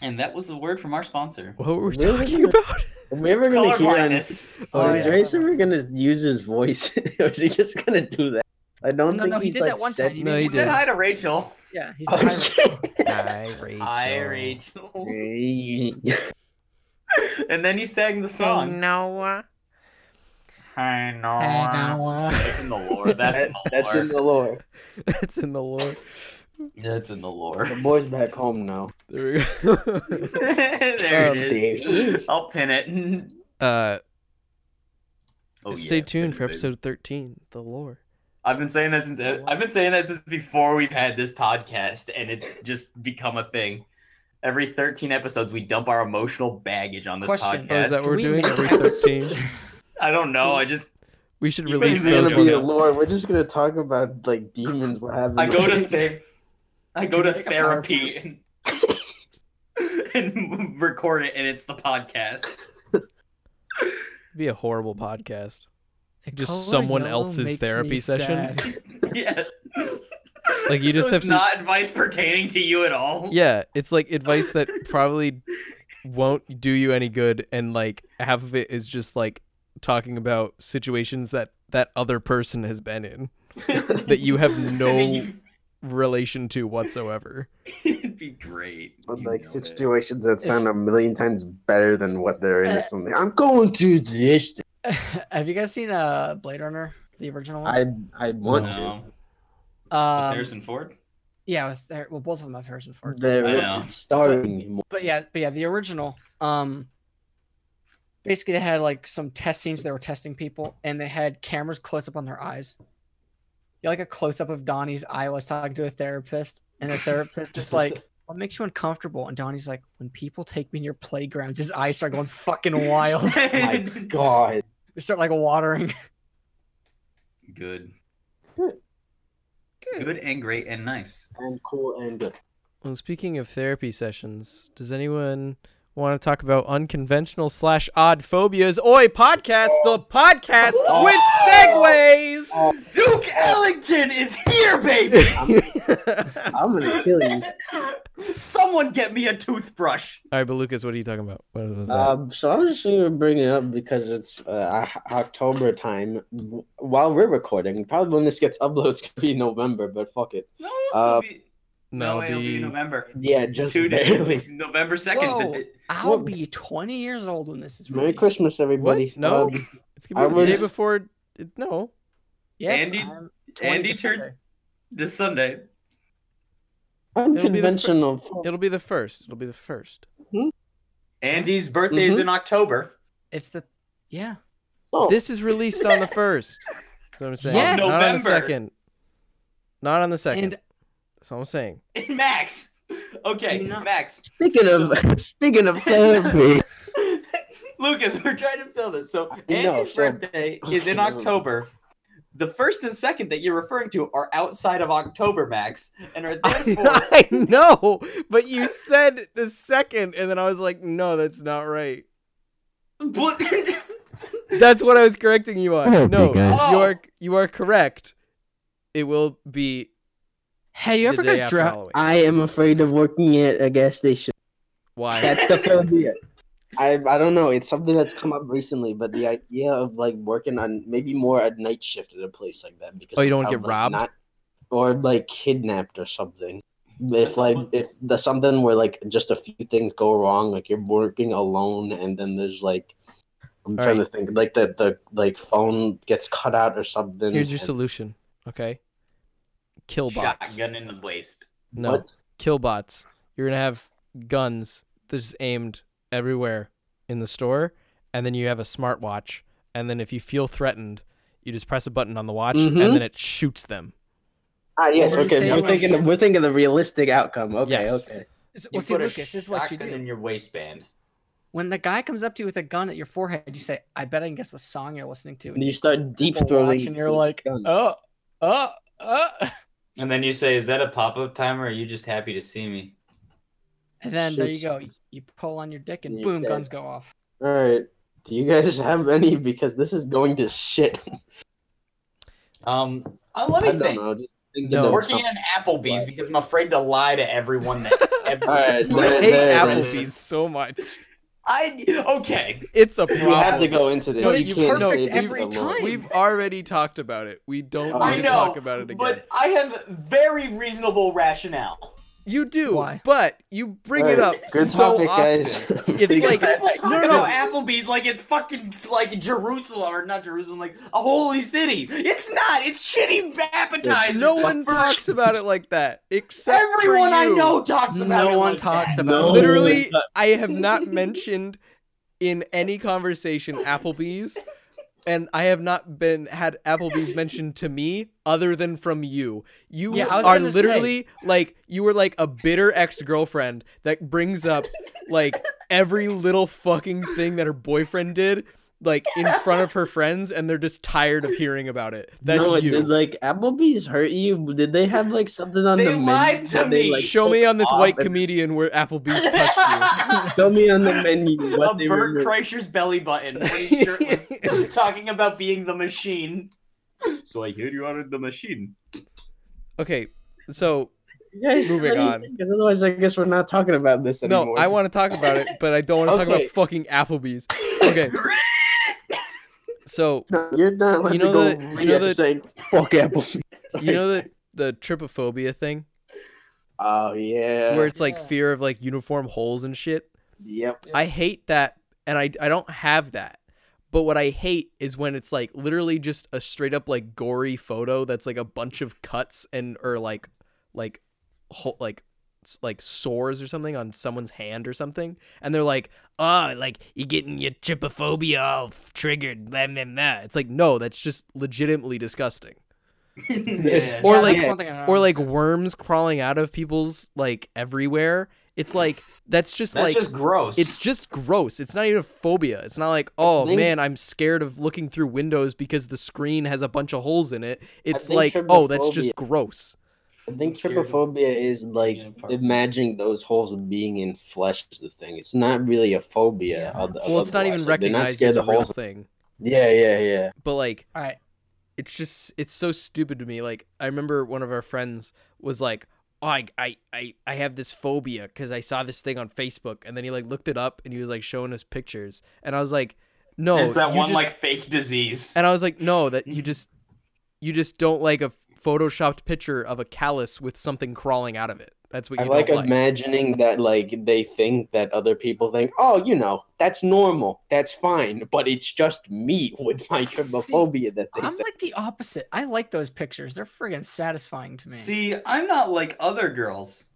Speaker 2: And that was the word from our sponsor.
Speaker 1: What were we
Speaker 3: Really?
Speaker 1: talking about?
Speaker 3: Are we ever
Speaker 2: Color
Speaker 3: gonna hear? him-
Speaker 2: blindness.
Speaker 4: Oh,
Speaker 3: Are
Speaker 4: yeah.
Speaker 3: Andres ever gonna use his voice, or is he just gonna do that? I don't
Speaker 4: No,
Speaker 3: think
Speaker 4: no, he
Speaker 3: he's
Speaker 4: did
Speaker 3: like
Speaker 4: that one
Speaker 3: said-
Speaker 4: time. He
Speaker 1: No,
Speaker 4: did-
Speaker 1: he
Speaker 2: He said
Speaker 1: did.
Speaker 2: hi to Rachel.
Speaker 4: Yeah, he's
Speaker 3: Oh,
Speaker 4: like,
Speaker 3: shit.
Speaker 1: Hi, Rachel.
Speaker 2: Hi, Rachel.
Speaker 3: Hey.
Speaker 2: and then he sang the song.
Speaker 1: Noah.
Speaker 2: Hi, Noah. That's in the lore. That's in the
Speaker 3: That's
Speaker 2: lore.
Speaker 3: in the lore.
Speaker 1: That's in the lore.
Speaker 2: That's in the lore.
Speaker 3: The boy's back home now.
Speaker 1: There we go.
Speaker 2: there
Speaker 1: Um,
Speaker 2: it is. I'll pin it.
Speaker 1: uh,
Speaker 2: Oh,
Speaker 1: stay
Speaker 2: yeah,
Speaker 1: tuned
Speaker 2: pin it,
Speaker 1: for
Speaker 2: baby.
Speaker 1: episode 13, the lore.
Speaker 2: I've been saying that since I've been saying that since before we've had this podcast, and it's just become a thing. Every 13 episodes, we dump our emotional baggage on this
Speaker 4: Question.
Speaker 1: Oh, is that
Speaker 2: podcast.
Speaker 1: what we're
Speaker 4: We-
Speaker 1: doing every 13?
Speaker 2: I don't know. I just
Speaker 1: We should
Speaker 2: You
Speaker 1: release
Speaker 2: guys are
Speaker 1: those
Speaker 3: gonna be a
Speaker 1: ones.
Speaker 3: lore. We're just gonna talk about like demons. What happened?
Speaker 2: I go to ther- I go
Speaker 4: Can
Speaker 2: to
Speaker 4: we make a
Speaker 2: therapy and, and record it, and it's the podcast.
Speaker 1: It'd be a horrible podcast.
Speaker 4: "The
Speaker 1: Just
Speaker 4: color
Speaker 1: someone
Speaker 4: yellow
Speaker 1: else's
Speaker 4: makes me
Speaker 1: therapy session?
Speaker 4: sad."
Speaker 2: yeah.
Speaker 1: Like, you
Speaker 2: So
Speaker 1: just have
Speaker 2: it's
Speaker 1: to-
Speaker 2: not advice pertaining to you at all.
Speaker 1: Yeah, it's like advice that probably won't do you any good, and like half of it is just like talking about situations that that other person has been in that you have
Speaker 2: And
Speaker 1: no
Speaker 2: then
Speaker 1: relation to whatsoever.
Speaker 2: you- it'd be great.
Speaker 3: But
Speaker 2: You
Speaker 3: like
Speaker 2: know it.
Speaker 3: situations that sound a
Speaker 4: It's-
Speaker 3: million times better than what they're in
Speaker 4: Uh,
Speaker 3: or something. I'm going through this.
Speaker 4: Have you guys seen uh Blade Runner, the original one?
Speaker 3: I I want
Speaker 2: No. With
Speaker 4: Um,
Speaker 2: Harrison Ford.
Speaker 4: yeah, with Har- well, both of them have Harrison
Speaker 3: to.
Speaker 4: Ford.
Speaker 2: I know.
Speaker 3: They're starring him.
Speaker 4: but yeah, but yeah, the original. Um, basically, they had like some test scenes. They were testing people, and they had cameras close up on their eyes. You like a close up of Donnie's eye while he's talking to a therapist, and the therapist is like, "What makes you uncomfortable?" And Donnie's like, "When people take me near playgrounds, his eyes start going fucking wild.
Speaker 3: My God.
Speaker 4: they start like watering."
Speaker 2: Good.
Speaker 3: Good.
Speaker 2: Good and great and nice.
Speaker 3: I'm cool and good.
Speaker 1: Well, speaking of therapy sessions, does anyone want to talk about unconventional slash odd phobias? Oi, podcast, the podcast with segues.
Speaker 2: Duke Ellington is here, baby!
Speaker 3: I'm gonna kill you.
Speaker 2: Someone get me a toothbrush.
Speaker 1: All right, but Lucas, what are you talking about? What was that?
Speaker 3: Um, so I was just gonna bring it up because it's uh, O- October time. W- While we're recording, probably when this gets uploaded, it's gonna be November. But fuck it.
Speaker 2: No,
Speaker 3: Uh,
Speaker 2: it'll be,
Speaker 1: no,
Speaker 2: no, it'll be
Speaker 1: be-
Speaker 2: November.
Speaker 3: Yeah, just
Speaker 2: Two days.
Speaker 3: barely.
Speaker 2: November
Speaker 4: Whoa.
Speaker 2: 2nd.
Speaker 4: I'll
Speaker 3: What-
Speaker 4: be 20 years old when this is
Speaker 3: Merry
Speaker 4: released.
Speaker 3: Christmas, everybody.
Speaker 1: What? No.
Speaker 3: Um,
Speaker 1: It's gonna be
Speaker 3: I
Speaker 1: the day
Speaker 3: was-
Speaker 1: before. it- No,
Speaker 4: Yes,
Speaker 2: Andy-
Speaker 4: I'm 20
Speaker 2: Andy
Speaker 4: this
Speaker 2: turned
Speaker 4: Sunday.
Speaker 2: this Sunday.
Speaker 3: unconventional.
Speaker 1: it'll be the first. It'll be the first.
Speaker 2: Andy's birthday is
Speaker 3: Mhm.
Speaker 2: in October.
Speaker 4: It's the yeah.
Speaker 3: Oh,
Speaker 1: This is released on the first. That's what I'm saying.
Speaker 4: Yes.
Speaker 1: Not on the
Speaker 2: November.
Speaker 1: second. Not on the second.
Speaker 4: And
Speaker 1: That's all I'm saying.
Speaker 2: Max. Okay,
Speaker 4: Do not-
Speaker 2: Max.
Speaker 3: Speaking of speaking of therapy,
Speaker 2: Lucas, we're trying to tell this. So Andy's
Speaker 3: know, so-
Speaker 2: birthday is in
Speaker 3: I know.
Speaker 2: October. The first and second that you're referring to are outside of October, Max, and are therefore
Speaker 1: I know, but you said the second, and then I was like, no, that's not right.
Speaker 2: But-
Speaker 1: That's what I was correcting you
Speaker 3: Okay,
Speaker 1: on. No,
Speaker 3: guys.
Speaker 1: you are you are correct. It will be
Speaker 4: Hey, you
Speaker 1: the
Speaker 4: ever
Speaker 1: day
Speaker 4: guys
Speaker 1: after
Speaker 4: dra-
Speaker 1: Halloween.
Speaker 3: I am afraid of working at a gas station.
Speaker 1: Why?
Speaker 3: That's the phobia. I I don't know. It's something that's come up recently, but the idea of like working on maybe more a night shift at a place like that because
Speaker 1: Oh, you don't
Speaker 3: of,
Speaker 1: get
Speaker 3: like,
Speaker 1: robbed?
Speaker 3: or like kidnapped or something.
Speaker 2: That's
Speaker 3: If like
Speaker 2: what-
Speaker 3: if the something where like just a few things go wrong, like you're working alone, and then there's like I'm
Speaker 1: All
Speaker 3: trying to think like the the like phone gets cut out or something.
Speaker 1: Here's your
Speaker 3: and-
Speaker 1: solution. Okay. Kill bots.
Speaker 2: shotgun in the waist.
Speaker 1: No.
Speaker 3: What?
Speaker 1: Kill bots. You're gonna have guns that's aimed everywhere in the store, and then you have a smartwatch, and then if you feel threatened, you just press a button on the watch
Speaker 3: Mhm.
Speaker 1: and then it shoots them.
Speaker 3: Ah, yes,
Speaker 4: What were you
Speaker 3: okay.
Speaker 4: saying
Speaker 3: We're
Speaker 4: about-
Speaker 3: thinking, of, we're thinking of the realistic outcome. Okay,
Speaker 1: Yes.
Speaker 3: okay.
Speaker 4: Is-
Speaker 2: You
Speaker 4: Well, see,
Speaker 2: put a
Speaker 4: Lucas, this is what you
Speaker 2: shotgun in
Speaker 4: do.
Speaker 2: your waistband.
Speaker 4: When the guy comes up to you with a gun at your forehead, you say, "I bet I can guess what song you're listening to."
Speaker 3: And you start deep
Speaker 4: people watch
Speaker 3: throwing.
Speaker 4: and you're like, "Oh, oh, oh,"
Speaker 2: And then you say, "Is that a pop-up timer? Or are you just happy to see me?"
Speaker 4: and then there you
Speaker 3: Shit's-
Speaker 4: go. You- You pull on your dick, and
Speaker 3: You're
Speaker 4: boom,
Speaker 3: dead.
Speaker 4: guns go off.
Speaker 3: all right. Do you guys have any? Because this is going to shit.
Speaker 2: Um, uh,
Speaker 3: I
Speaker 2: Um, let me
Speaker 3: don't
Speaker 2: think.
Speaker 3: know. Just
Speaker 1: No.
Speaker 2: Working in an Applebee's because I'm afraid to lie to everyone that. every-
Speaker 3: All right,
Speaker 1: I
Speaker 3: there-
Speaker 1: hate
Speaker 3: there it is.
Speaker 1: Applebee's so much.
Speaker 2: I okay.
Speaker 1: It's a
Speaker 3: You
Speaker 1: problem.
Speaker 3: have to go into this.
Speaker 1: No,
Speaker 3: you
Speaker 1: it's
Speaker 3: can't
Speaker 1: perfect
Speaker 3: say this
Speaker 4: every
Speaker 3: alone.
Speaker 4: time.
Speaker 1: We've already talked about it. We don't
Speaker 3: I
Speaker 1: need to
Speaker 2: know,
Speaker 1: talk about it again.
Speaker 2: But I have very reasonable rationale.
Speaker 1: you do,
Speaker 4: Why?
Speaker 1: but you bring it up
Speaker 3: Alright, Good
Speaker 1: so
Speaker 3: topic,
Speaker 1: often.
Speaker 3: guys.
Speaker 1: It's
Speaker 2: Because
Speaker 1: like
Speaker 2: people
Speaker 1: no,
Speaker 2: talk
Speaker 1: no,
Speaker 2: about
Speaker 1: no.
Speaker 2: Applebee's like it's fucking like Jerusalem or not Jerusalem, like a holy city. It's not. It's shitty appetizers.
Speaker 1: No one
Speaker 2: For-
Speaker 1: talks about it like that except for
Speaker 2: Everyone I
Speaker 1: you.
Speaker 2: know talks about it.
Speaker 4: No one
Speaker 2: like
Speaker 4: talks
Speaker 2: that.
Speaker 4: about
Speaker 3: No.
Speaker 4: it.
Speaker 1: Literally, I have Oh, not mentioned in any conversation Applebee's, and I have not been had Applebee's mentioned to me other than from you. You
Speaker 4: Yeah, I was
Speaker 1: are
Speaker 4: gonna
Speaker 1: literally like you were like a bitter ex girlfriend that brings up like every little fucking thing that her boyfriend did. Like in front of her friends, and they're just tired of hearing about it. That's
Speaker 3: no,
Speaker 1: you.
Speaker 3: did like Applebee's hurt you? Did they have like something on
Speaker 2: They
Speaker 3: the menu?
Speaker 2: lied to
Speaker 3: that they,
Speaker 2: me.
Speaker 3: like,
Speaker 1: Show me on this
Speaker 3: off
Speaker 1: white
Speaker 3: and-
Speaker 1: comedian where Applebee's touched you.
Speaker 3: Show me on the menu
Speaker 2: a
Speaker 3: what they
Speaker 2: Bert
Speaker 3: were.
Speaker 2: Kreischer's belly button when he's shirtless, talking about being the machine. So I hear you are the machine.
Speaker 1: Okay, so
Speaker 3: You guys,
Speaker 1: Moving
Speaker 3: what do you
Speaker 1: on.
Speaker 3: think? 'Cause Otherwise, I guess we're not talking about this
Speaker 1: no,
Speaker 3: anymore.
Speaker 1: I want to talk about it, but I don't want to talk
Speaker 3: Okay.
Speaker 1: about fucking Applebee's. Okay. So
Speaker 3: No, you're not allowed
Speaker 1: You know
Speaker 3: to
Speaker 1: the-
Speaker 3: go
Speaker 1: you
Speaker 3: re-
Speaker 1: know the-
Speaker 3: saying fuck Applebee's.
Speaker 1: you know the the trypophobia thing,
Speaker 3: Oh yeah.
Speaker 1: where it's like
Speaker 4: Yeah.
Speaker 1: fear of like uniform holes and shit.
Speaker 3: Yep.
Speaker 1: I hate that, and I I don't have that. But what I hate is when it's like literally just a straight up like gory photo that's like a bunch of cuts and or like like ho- like s- like sores or something on someone's hand or something, and they're like, oh, like you're getting your trypophobia all f- triggered, blah, blah, blah." It's like no, that's just legitimately disgusting.
Speaker 2: Yeah.
Speaker 1: Or
Speaker 4: Yeah,
Speaker 1: like
Speaker 4: that's one thing I don't
Speaker 1: or like
Speaker 4: understand.
Speaker 1: worms crawling out of people's like everywhere. It's like that's just
Speaker 2: That's
Speaker 1: like
Speaker 2: just gross.
Speaker 1: it's just gross. It's not even a phobia. It's not like, oh
Speaker 3: think-
Speaker 1: man, I'm scared of looking through windows because the screen has a bunch of holes in it. It's
Speaker 3: think
Speaker 1: like, oh, that's just
Speaker 3: trypophobia-
Speaker 1: gross.
Speaker 3: I think
Speaker 2: scared of
Speaker 3: trypophobia is like
Speaker 2: being in a park.
Speaker 3: imagining those holes being in flesh is the thing. It's not really a phobia.
Speaker 4: Yeah.
Speaker 3: oth-
Speaker 1: Well, it's not
Speaker 3: otherwise.
Speaker 1: even
Speaker 3: Like, they're
Speaker 1: recognized
Speaker 3: scared
Speaker 1: as a
Speaker 3: of
Speaker 1: real
Speaker 3: holes.
Speaker 1: thing.
Speaker 3: Yeah, yeah, yeah.
Speaker 1: But like,
Speaker 4: All right.
Speaker 1: it's just it's so stupid to me. Like, I remember one of our friends was like, oh, I I I, I have this phobia because I saw this thing on Facebook, and then he like looked it up and he was like showing us pictures, and I was like, no,
Speaker 2: It's that
Speaker 1: you
Speaker 2: one
Speaker 1: just-
Speaker 2: like fake disease.
Speaker 1: And I was like, no, that
Speaker 3: Mm-hmm.
Speaker 1: you just you just don't like a photoshopped picture of a callus with something crawling out of it. That's what
Speaker 3: I
Speaker 1: you
Speaker 3: like
Speaker 1: don't like.
Speaker 3: imagining that like they think that other people think, oh, you know, that's normal, that's fine, but it's just me with my trypophobia that
Speaker 4: I'm
Speaker 3: thinks that.
Speaker 4: like the opposite. I like those pictures. They're friggin' satisfying to me.
Speaker 2: See, I'm not like other girls.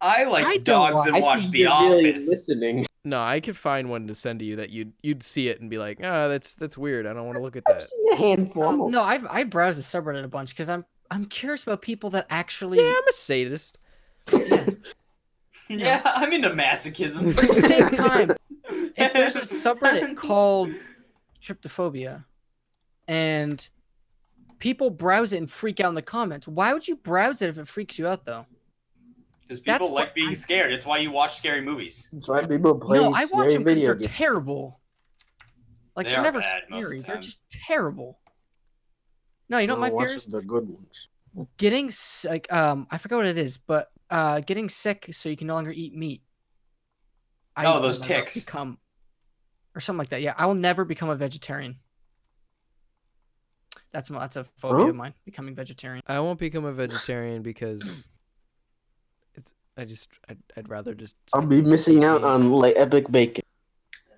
Speaker 2: I like
Speaker 4: I don't
Speaker 2: dogs
Speaker 4: wa-
Speaker 2: and
Speaker 3: I
Speaker 2: watch
Speaker 3: see
Speaker 2: The
Speaker 3: you're really
Speaker 2: Office.
Speaker 3: listening.
Speaker 1: no, I could find one to send to you that you'd you'd see it and be like, ah, that's that's weird. I don't want to look at
Speaker 3: I've
Speaker 1: that.
Speaker 3: seen a handful.
Speaker 4: Um, no, I've I browse the subreddit a bunch because I'm I'm curious about people that actually.
Speaker 1: Yeah, I'm a sadist.
Speaker 2: Yeah, I'm into masochism.
Speaker 4: But at the same time, if there's a subreddit called tryptophobia, and people browse it and freak out in the comments, why would you browse it if it freaks you out though?
Speaker 2: Because people
Speaker 4: That's
Speaker 2: like
Speaker 4: what
Speaker 2: being
Speaker 4: I-
Speaker 2: scared. It's why you watch scary movies.
Speaker 3: That's why people play
Speaker 4: no, I watch
Speaker 3: scary
Speaker 4: them because
Speaker 3: video
Speaker 4: they're
Speaker 3: games.
Speaker 4: terrible. Like
Speaker 2: They
Speaker 4: they are
Speaker 2: are
Speaker 4: never
Speaker 2: bad most of
Speaker 4: scary.
Speaker 2: the
Speaker 4: They're
Speaker 2: time.
Speaker 4: just terrible. No, you know what
Speaker 3: Wanna
Speaker 4: my
Speaker 3: watch
Speaker 4: fear is?
Speaker 3: the good ones.
Speaker 4: Getting sick. Um, I forgot what it is, but uh, getting sick so you can no longer eat meat. I
Speaker 2: Oh,
Speaker 4: will
Speaker 2: those
Speaker 4: never
Speaker 2: ticks.
Speaker 4: Become, or something like that. Yeah, I will never become a vegetarian. That's my, that's a phobia
Speaker 3: Huh?
Speaker 4: of mine. Becoming vegetarian.
Speaker 1: I won't become a vegetarian because it's I just I'd, I'd rather just
Speaker 3: I'll be missing out on like epic bacon.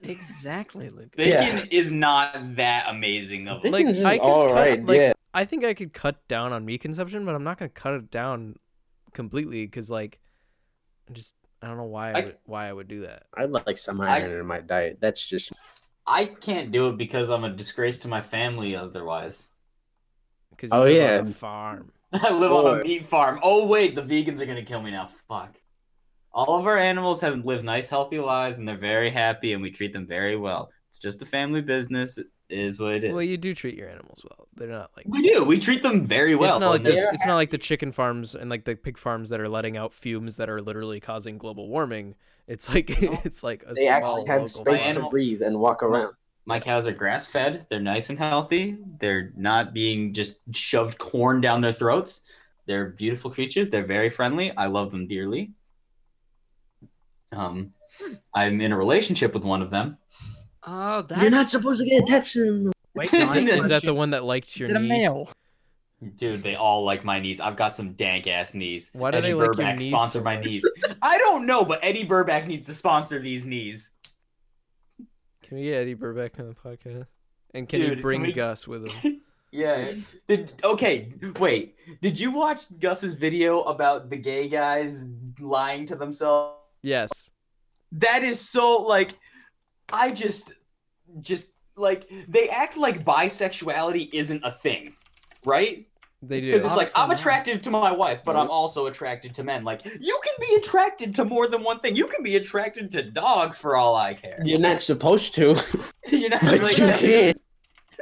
Speaker 4: Exactly, Luke.
Speaker 2: Bacon
Speaker 3: Yeah.
Speaker 2: is not that amazing of a
Speaker 1: Like,
Speaker 3: Bacon's just
Speaker 1: I could cut-
Speaker 3: all right,
Speaker 1: like,
Speaker 3: yeah.
Speaker 1: I think I could cut down on meat consumption, but I'm not gonna cut it down completely because like I just I don't know why I,
Speaker 2: I-
Speaker 1: would, why I would do that.
Speaker 3: I'd like some
Speaker 2: I-
Speaker 3: iron in my diet. That's just
Speaker 2: I can't do it because I'm a disgrace to my family otherwise.
Speaker 1: Because
Speaker 3: Oh, yeah.
Speaker 1: on a farm.
Speaker 2: I live on
Speaker 3: Boy.
Speaker 2: a meat farm. Oh wait, the vegans are gonna kill me now. Fuck. All of our animals have lived nice, healthy lives, and they're very happy, and we treat them very well. It's just a family business. It is what it is.
Speaker 1: Well, you do treat your animals well. They're not like
Speaker 2: We do. We treat them very well.
Speaker 1: it's not like
Speaker 2: and they're-
Speaker 1: this, it's not like the chicken farms and like the pig farms that are letting out fumes that are literally causing global warming. It's like
Speaker 2: No.
Speaker 1: it's like a
Speaker 3: they actually
Speaker 1: small
Speaker 3: have
Speaker 1: local
Speaker 3: space
Speaker 1: farm.
Speaker 3: to breathe and walk around.
Speaker 2: My cows are grass fed. They're nice and healthy. They're not being just shoved corn down their throats. They're beautiful creatures. They're very friendly. I love them dearly. Um,
Speaker 1: Hmm.
Speaker 2: I'm in a relationship with one of them.
Speaker 4: Oh, that's
Speaker 3: You're not supposed to get attached to them.
Speaker 4: Wait,
Speaker 2: Is
Speaker 4: Donnie,
Speaker 1: Is that
Speaker 4: question.
Speaker 1: the one that likes your
Speaker 4: Is it a
Speaker 1: knee?
Speaker 4: male?
Speaker 2: Dude, they all like my knees. I've got some dank ass knees.
Speaker 1: Why do
Speaker 2: Eddie
Speaker 1: they like your
Speaker 2: Burback
Speaker 1: knees
Speaker 2: sponsor
Speaker 1: so
Speaker 2: my
Speaker 1: much?
Speaker 2: knees? I don't know, but Eddie Burback needs to sponsor these knees.
Speaker 1: Can we get Eddie Burback on the podcast? And can
Speaker 2: Dude,
Speaker 1: he
Speaker 2: can
Speaker 1: bring
Speaker 2: we-
Speaker 1: Gus with him?
Speaker 2: Yeah. Did okay, wait. Did you watch Gus's video about the gay guys lying to themselves?
Speaker 1: Yes.
Speaker 2: That is so like I just just like they act like bisexuality isn't a thing, right?
Speaker 1: They
Speaker 2: Because
Speaker 1: do.
Speaker 2: it's like
Speaker 4: Obviously
Speaker 2: I'm
Speaker 4: not.
Speaker 2: attracted to my wife, but I'm also attracted to men. Like you can be attracted to more than one thing. You can be attracted to dogs for all I care.
Speaker 3: You're not supposed to,
Speaker 2: you know,
Speaker 3: but
Speaker 2: like,
Speaker 3: you can.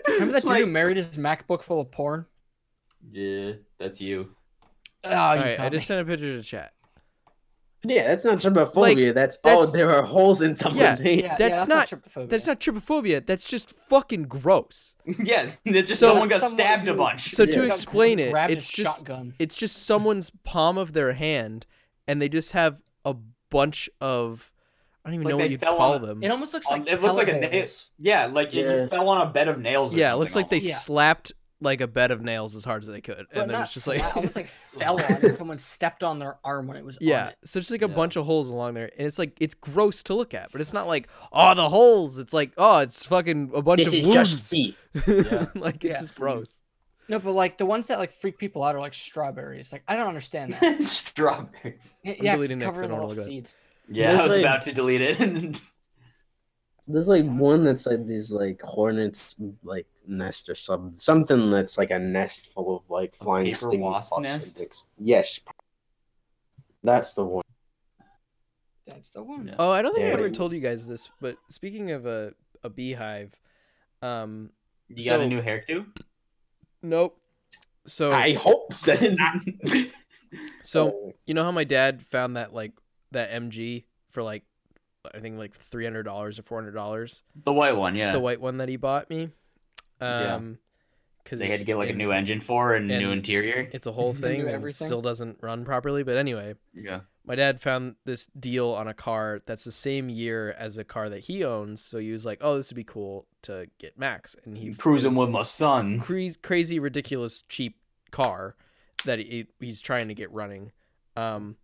Speaker 4: Remember that dude
Speaker 2: like-
Speaker 4: who married his MacBook full of porn?
Speaker 2: Yeah, that's you.
Speaker 4: Oh,
Speaker 1: All
Speaker 4: you
Speaker 1: right, I
Speaker 4: got
Speaker 1: just
Speaker 4: me.
Speaker 1: sent a picture to chat.
Speaker 3: Yeah, that's not trypophobia.
Speaker 1: Like,
Speaker 3: that's, oh,
Speaker 1: that's-
Speaker 3: there are holes in someone's hand.
Speaker 4: yeah,
Speaker 1: that's
Speaker 4: yeah,
Speaker 1: not-
Speaker 4: that's not
Speaker 1: That's not trypophobia. That's just fucking gross.
Speaker 2: Yeah, it's just
Speaker 1: So-
Speaker 2: someone got
Speaker 4: Someone
Speaker 2: stabbed a
Speaker 4: who-
Speaker 2: bunch.
Speaker 1: So to
Speaker 3: Yeah.
Speaker 1: explain it,
Speaker 4: grabbed
Speaker 1: it's
Speaker 4: his
Speaker 1: just
Speaker 4: shotgun.
Speaker 1: it's just someone's palm of their hand, and they just have a bunch of I don't even
Speaker 2: like
Speaker 1: know
Speaker 2: they
Speaker 1: what you'd
Speaker 2: fell
Speaker 1: call
Speaker 2: on a-
Speaker 1: them.
Speaker 4: It almost looks like
Speaker 2: Um, it looks like a
Speaker 4: televisions.
Speaker 2: nail. Yeah, like it
Speaker 3: Yeah.
Speaker 2: fell on a bed of nails. Or
Speaker 1: Yeah, it looks like
Speaker 2: something
Speaker 1: they
Speaker 4: almost. Yeah.
Speaker 1: slapped like a bed of nails as hard as they could,
Speaker 4: But
Speaker 1: and then
Speaker 4: not
Speaker 1: it's just
Speaker 4: sla-
Speaker 1: like
Speaker 4: almost like fell on it. Someone stepped on their arm when it was on
Speaker 1: yeah,
Speaker 4: it.
Speaker 1: so it's just like a
Speaker 2: Yeah.
Speaker 1: bunch of holes along there, and it's like it's gross to look at, but it's not like oh the holes. It's like oh it's fucking a bunch
Speaker 3: This
Speaker 1: of
Speaker 3: is
Speaker 1: wounds.
Speaker 3: just me.
Speaker 2: Yeah.
Speaker 1: like it's
Speaker 4: Yeah.
Speaker 1: just gross.
Speaker 4: No, but like the ones that like freak people out are like strawberries. Like I don't understand
Speaker 2: almost.
Speaker 4: that.
Speaker 2: Strawberries.
Speaker 4: Y- yeah,
Speaker 1: deleting
Speaker 4: just
Speaker 1: that 'cause
Speaker 4: cover
Speaker 1: I
Speaker 4: the
Speaker 1: don't wanna
Speaker 4: little
Speaker 1: look at it.
Speaker 4: seeds.
Speaker 2: Yeah,
Speaker 3: There's
Speaker 2: I was
Speaker 3: like-
Speaker 2: about to delete it.
Speaker 3: There's like one that's like these like hornets like nest or something. Something that's like a nest full of like flying
Speaker 2: paper
Speaker 3: stinging
Speaker 2: wasp
Speaker 3: fox
Speaker 2: nest?
Speaker 3: insects. Yes. That's the one.
Speaker 4: That's the one.
Speaker 3: Mm.
Speaker 2: Yeah.
Speaker 1: Oh, I don't think I
Speaker 3: Yeah.
Speaker 1: ever told you guys this, but speaking of a a beehive, um,
Speaker 2: you got
Speaker 1: So- Oh.
Speaker 2: a new hairdo?
Speaker 1: nope. So
Speaker 3: I hope that
Speaker 1: so you know how my dad found that like that MG for like I think like three hundred dollars or four hundred dollars,
Speaker 2: the white one, yeah.
Speaker 1: the white one that he bought me.
Speaker 2: Yeah.
Speaker 1: Um, because
Speaker 2: they had to get like a new engine for and, new
Speaker 1: and-
Speaker 2: interior.
Speaker 1: It's a whole
Speaker 4: New
Speaker 1: thing. and it
Speaker 4: everything.
Speaker 1: still doesn't run properly, but anyway.
Speaker 2: Yeah.
Speaker 1: my dad found this deal on a car that's the same year as a car that he owns. So he was like, "Oh, this would be cool to get Max," and he
Speaker 2: Cruising
Speaker 1: it
Speaker 2: with my son.
Speaker 1: was a crazy, crazy, ridiculous, cheap car that he, he's trying to get running. Um,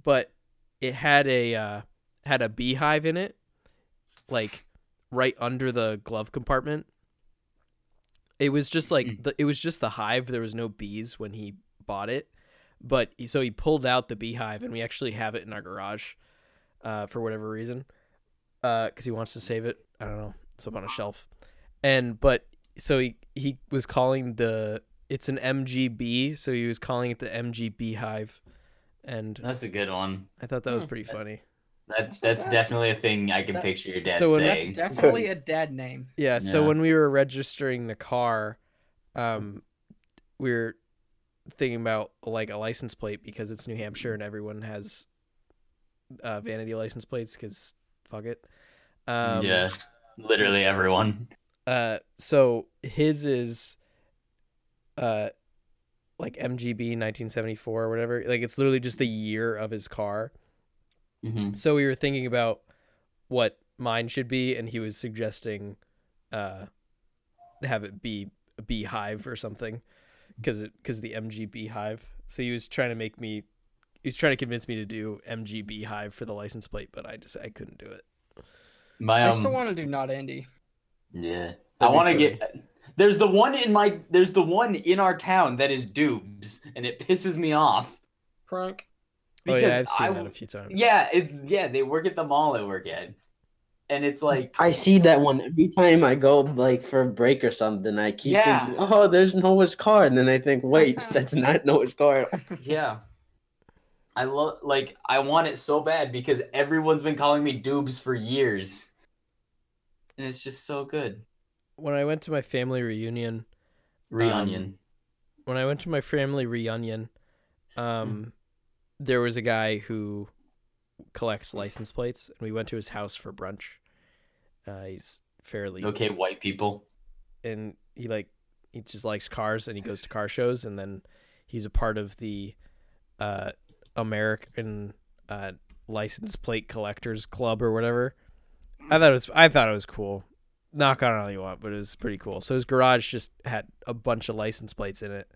Speaker 1: but it had a uh, had a beehive in it, like right under the glove compartment. It was just like the, it was just the hive. There was no bees when he bought it, but he, so he pulled out the beehive, and we actually have it in our garage, uh, for whatever reason, because he wants to save it. I don't know. It's up on a shelf, and but so he he was calling the it's an MGB, so he was calling it the MGB hive, and
Speaker 2: That's a good one.
Speaker 1: I thought that was
Speaker 4: Hmm.
Speaker 1: pretty funny.
Speaker 2: That that's definitely a thing I can
Speaker 4: That-
Speaker 2: picture your dad
Speaker 1: So when-
Speaker 4: That's
Speaker 2: saying.
Speaker 4: definitely a dad name.
Speaker 1: Yeah. So
Speaker 2: Yeah.
Speaker 1: when we were registering the car, um, we were thinking about like a license plate because it's New Hampshire and everyone has uh, vanity license plates because fuck it. Um,
Speaker 2: yeah. Literally everyone.
Speaker 1: Uh, so his is, uh, like MGB 1974 or whatever. Like it's literally just the year of his car.
Speaker 2: Mhm.
Speaker 1: So we were thinking about what mine should be, and he was suggesting uh, have it be a beehive or something, because because the MG beehive. So he was trying to make me, he was trying to convince me to do MG beehive for the license plate, but I just I couldn't do it.
Speaker 2: My
Speaker 4: I
Speaker 2: um,
Speaker 4: still want to do not Andy.
Speaker 2: Yeah. I
Speaker 1: That'd be
Speaker 2: want to
Speaker 1: funny.
Speaker 2: get. There's the one in my. There's the one in our town that is Dubes, and it pisses me off.
Speaker 4: Prank.
Speaker 1: oh yeah, I've
Speaker 2: I
Speaker 1: seen that
Speaker 2: w-
Speaker 1: a few times.
Speaker 2: Yeah, it's yeah. They work at the mall I work at, and it's like
Speaker 3: I see that one every time I go like for a break or something. I keep
Speaker 2: Yeah.
Speaker 3: thinking, "Oh, there's Noah's car," and then I think, "Wait, that's not Noah's car."
Speaker 2: yeah. I love like I want it so bad because everyone's been calling me Dubes for years, and it's just so good.
Speaker 1: When I went to my family reunion,
Speaker 2: Reunion.
Speaker 1: Um, when I went to my family reunion, um, there was a guy who collects license plates, and we went to his house for brunch. Uh, he's fairly
Speaker 2: okay, white people.
Speaker 1: and he like he just likes cars, and he goes to car shows, and then He's a part of the uh, American uh, License Plate Collectors Club or whatever. I thought it was I thought it was cool. Knock on it all you want, but it was pretty cool. So his garage just had a bunch of license plates in it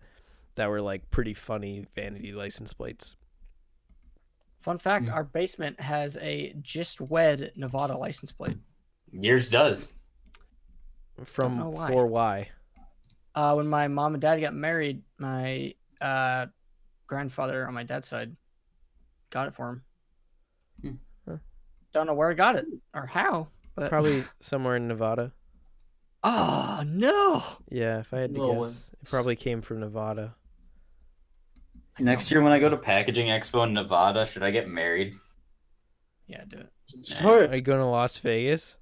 Speaker 1: that were like pretty funny vanity license plates.
Speaker 4: Fun fact:
Speaker 2: Mm.
Speaker 4: Our basement has a just wed Nevada license plate.
Speaker 2: Yours does.
Speaker 1: From
Speaker 4: know Oh, why.
Speaker 1: 4Y.
Speaker 4: Uh, when my mom and dad got married, my uh, grandfather on my dad's side got it for him.
Speaker 2: Hmm.
Speaker 1: Huh.
Speaker 4: Don't know where I got it or how, but
Speaker 1: Probably somewhere in Nevada.
Speaker 4: Oh no!
Speaker 1: Yeah, if I had to
Speaker 2: Little one.
Speaker 1: guess, it probably came from Nevada.
Speaker 2: Next year, when I go to Packaging Expo in Nevada, should I get married?
Speaker 4: Yeah, do it.
Speaker 3: Sure.
Speaker 1: Are you going to Las Vegas?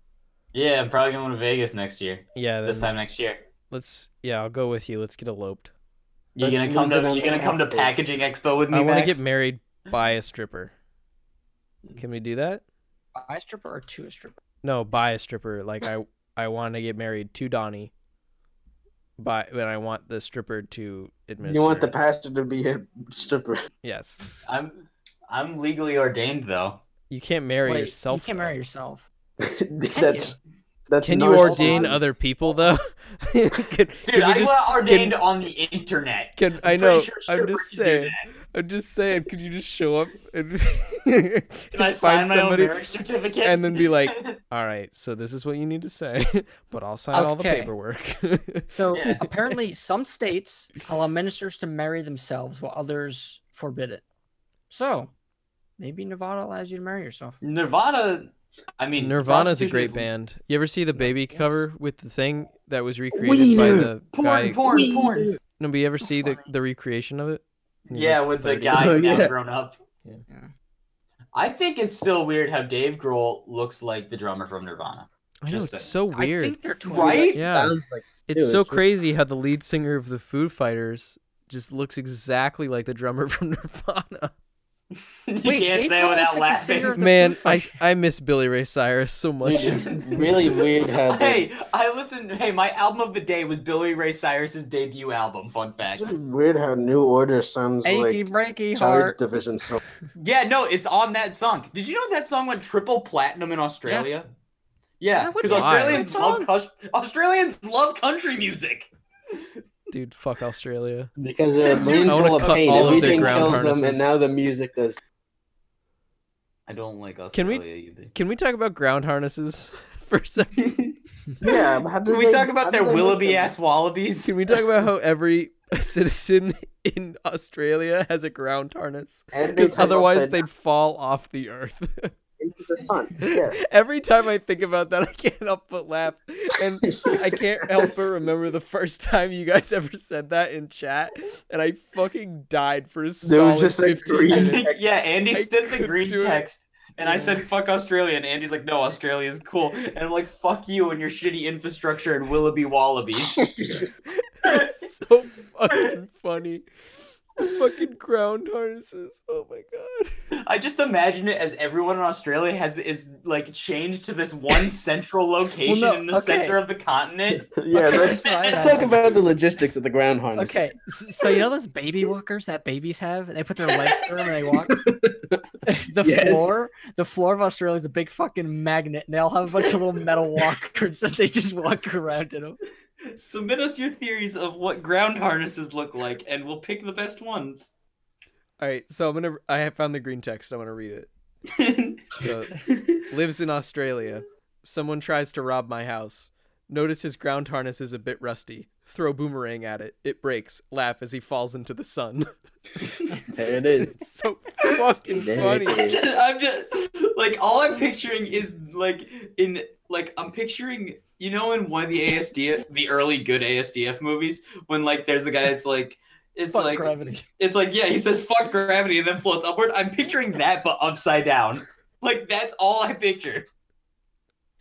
Speaker 2: Yeah, I'm probably going to Vegas next year.
Speaker 1: Yeah,
Speaker 2: This
Speaker 1: then
Speaker 2: time next year.
Speaker 1: let's. Yeah, I'll go with you. Let's get eloped.
Speaker 2: You
Speaker 3: Let's
Speaker 2: gonna come
Speaker 3: lose
Speaker 2: to
Speaker 3: it on
Speaker 2: you gonna
Speaker 3: the
Speaker 2: come to
Speaker 3: outfit.
Speaker 2: Packaging Expo with me?
Speaker 1: I want to
Speaker 2: Max?
Speaker 1: get married by a stripper.
Speaker 4: Mm.
Speaker 1: Can we do that?
Speaker 4: Buy a stripper or two a stripper?
Speaker 1: No, by a stripper. Like I, I want to get married to Donnie. By, but I want the stripper to administer.
Speaker 3: You want the
Speaker 1: it.
Speaker 3: pastor to be a stripper.
Speaker 1: Yes,
Speaker 2: I'm I'm legally ordained though.
Speaker 1: you can't marry
Speaker 4: Wait,
Speaker 1: yourself.
Speaker 4: You can't
Speaker 1: though.
Speaker 4: marry yourself.
Speaker 3: that's that's
Speaker 1: Can you
Speaker 3: narcissism.
Speaker 1: ordain other people though? Could-
Speaker 2: Dude,
Speaker 1: could we
Speaker 2: I
Speaker 1: just-
Speaker 2: got ordained on the internet.
Speaker 1: Can I
Speaker 2: I'm
Speaker 1: know?
Speaker 2: pretty sure
Speaker 1: I'm
Speaker 2: strippers
Speaker 1: just
Speaker 2: can do
Speaker 1: saying.
Speaker 2: that.
Speaker 1: I'm just saying. Could you just show up and
Speaker 2: Can I sign my own marriage certificate
Speaker 1: and then be like, All right, so this is what you need to say, but I'll sign all the
Speaker 4: Okay.
Speaker 1: paperwork.
Speaker 4: So
Speaker 2: Yeah.
Speaker 4: apparently, some states allow ministers to marry themselves, while others forbid it. So maybe Nevada allows you to marry yourself.
Speaker 2: Nevada? I mean,
Speaker 1: Nirvana's a
Speaker 2: prostitution
Speaker 1: great
Speaker 2: is
Speaker 1: band. You ever see the baby
Speaker 4: yes.
Speaker 1: cover with the thing that was recreated by
Speaker 3: Weird.
Speaker 1: the
Speaker 2: Porn,
Speaker 1: guy?
Speaker 2: porn, porn.
Speaker 1: No, but you ever see the,
Speaker 4: funny.
Speaker 1: the recreation of it? And he's
Speaker 2: Yeah,
Speaker 1: like
Speaker 2: with the
Speaker 1: 30.
Speaker 2: guy
Speaker 3: Oh,
Speaker 2: now
Speaker 3: yeah.
Speaker 2: grown up.
Speaker 1: Yeah.
Speaker 4: Yeah.
Speaker 2: I think it's still weird how Dave Grohl looks like the drummer from Nirvana.
Speaker 1: I know
Speaker 2: Just
Speaker 1: it's
Speaker 2: saying.
Speaker 1: so weird.
Speaker 4: I think they're twins.
Speaker 2: Right?
Speaker 1: yeah,
Speaker 3: Sounds like-
Speaker 1: it's
Speaker 3: too,
Speaker 1: so
Speaker 3: it's just-
Speaker 1: crazy how the lead singer of the Foo Fighters just looks exactly like the drummer from Nirvana.
Speaker 2: you
Speaker 4: Wait,
Speaker 2: can't
Speaker 4: Dave
Speaker 2: say it
Speaker 4: Grohl
Speaker 2: without
Speaker 4: looks like the singer
Speaker 2: laughing.
Speaker 4: of the
Speaker 1: Man,
Speaker 4: Foo
Speaker 1: I
Speaker 4: Fighters.
Speaker 1: I miss Billy Ray Cyrus so much.
Speaker 3: Dude, it's really weird how they-
Speaker 2: Hey, I listened. Hey, my album of the day was Billy Ray Cyrus's debut album. Fun fact.
Speaker 3: It's really weird how New Order sounds
Speaker 4: achy
Speaker 3: like
Speaker 4: breaky
Speaker 3: Child
Speaker 4: heart.
Speaker 3: Division song.
Speaker 2: Yeah, no, it's on that song. Did you know that song went triple platinum in Australia? Yeah,
Speaker 4: That would
Speaker 2: because
Speaker 1: be a
Speaker 2: Australians
Speaker 4: great
Speaker 2: love
Speaker 4: song.
Speaker 2: cus- Australians love country music.
Speaker 1: Dude, fuck Australia.
Speaker 3: Because they're a
Speaker 2: Dude,
Speaker 3: brain
Speaker 1: I wanna
Speaker 3: full of
Speaker 1: cut
Speaker 3: pain.
Speaker 1: all of their
Speaker 3: Everything
Speaker 1: ground
Speaker 3: kills them,
Speaker 1: harnesses.
Speaker 3: and now the music does.
Speaker 2: I don't like
Speaker 1: Can we-
Speaker 2: Australia either.
Speaker 1: Can we talk about ground harnesses for a second?
Speaker 3: Yeah, how do
Speaker 2: Can we
Speaker 3: they-
Speaker 2: talk
Speaker 3: how
Speaker 2: about
Speaker 3: do
Speaker 2: their
Speaker 3: they make
Speaker 2: Willoughby
Speaker 3: them?
Speaker 2: ass wallabies?
Speaker 1: Can we talk about how every citizen in Australia has a ground harness?
Speaker 3: And they
Speaker 1: Because
Speaker 3: turn
Speaker 1: otherwise
Speaker 3: upside
Speaker 1: they'd fall off the earth.
Speaker 3: down into the sun. Yeah.
Speaker 1: Every time I think about that, I can't help but laugh. And I can't help but remember the first time you guys ever said that in chat. And I fucking died for a
Speaker 3: There
Speaker 1: solid
Speaker 3: was just like
Speaker 1: 15
Speaker 3: three.
Speaker 2: I think yeah, Andy
Speaker 1: I
Speaker 2: sent the
Speaker 1: couldn't
Speaker 2: green
Speaker 1: do it.
Speaker 2: text. And I said, fuck Australia. And Andy's like, no, Australia is cool. And I'm like, fuck you and your shitty infrastructure and Willoughby Wallabies.
Speaker 1: It's so fucking funny. fucking ground harnesses. Oh my god.
Speaker 2: I just imagine it as everyone in Australia has is like chained to this one central location
Speaker 4: no,
Speaker 2: in the
Speaker 4: okay.
Speaker 2: center of the continent.
Speaker 3: Yeah,
Speaker 4: Okay,
Speaker 3: let's,
Speaker 4: that's what I
Speaker 3: let's
Speaker 4: had.
Speaker 3: talk about the logistics of the ground harness.
Speaker 4: Okay, s- so you know those baby walkers that babies have? They put their legs through them and they walk. the
Speaker 3: Yes.
Speaker 4: floor, the floor of Australia is a big fucking magnet, and they all have a bunch of little metal walkers that they just walk around in them.
Speaker 2: Submit us your theories of what ground harnesses look like, and we'll pick the best ones.
Speaker 1: Alright, so I'm gonna I have found the green text, so I'm gonna read it. So
Speaker 2: Dude,
Speaker 1: lives in Australia. Someone tries to rob my house. Notice his ground harness is a bit rusty. Throw boomerang at it. It breaks. Laugh as he falls into the sun.
Speaker 3: There it is.
Speaker 1: It's so fucking
Speaker 3: There
Speaker 1: funny.
Speaker 3: it is.
Speaker 2: I'm just like all I'm picturing is like in like I'm picturing you know in one of the ASD the early good ASDF movies when like there's the guy that's like it's
Speaker 4: Fuck
Speaker 2: like
Speaker 4: gravity.
Speaker 2: It's like, yeah, he says fuck gravity and then floats upward. I'm picturing that, but upside down. Like, that's all I picture.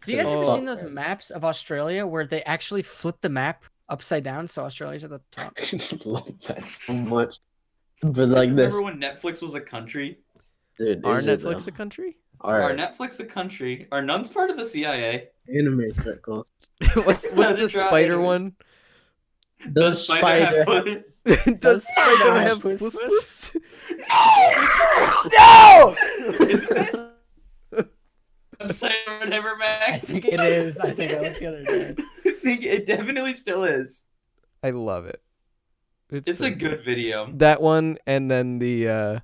Speaker 4: Do you guys ever
Speaker 1: Oh.
Speaker 4: seen those maps of Australia where they actually flip the map upside down so Australia's at the top?
Speaker 3: Love that so much. But like this,
Speaker 2: Remember when Netflix was a country?
Speaker 3: dude.
Speaker 1: Are
Speaker 3: is um, it
Speaker 1: Netflix
Speaker 3: though?
Speaker 1: a country?
Speaker 3: All
Speaker 2: Are
Speaker 3: right,
Speaker 2: Netflix a country? Are nuns part of the CIA?
Speaker 3: anime circles.
Speaker 1: what's what's
Speaker 2: Not a
Speaker 1: the
Speaker 2: try.
Speaker 1: spider one?
Speaker 3: The spider.
Speaker 2: have-
Speaker 1: Does Spider
Speaker 4: have
Speaker 1: have
Speaker 4: puss
Speaker 1: puss
Speaker 4: puss?
Speaker 1: puss?
Speaker 2: No! Is this? I'm saying whatever,
Speaker 4: I
Speaker 2: Max.
Speaker 4: think it is. I think I looked the other day.
Speaker 2: I think it definitely still is.
Speaker 1: I love it.
Speaker 2: It's
Speaker 1: so
Speaker 2: a good video.
Speaker 1: that one and then the uh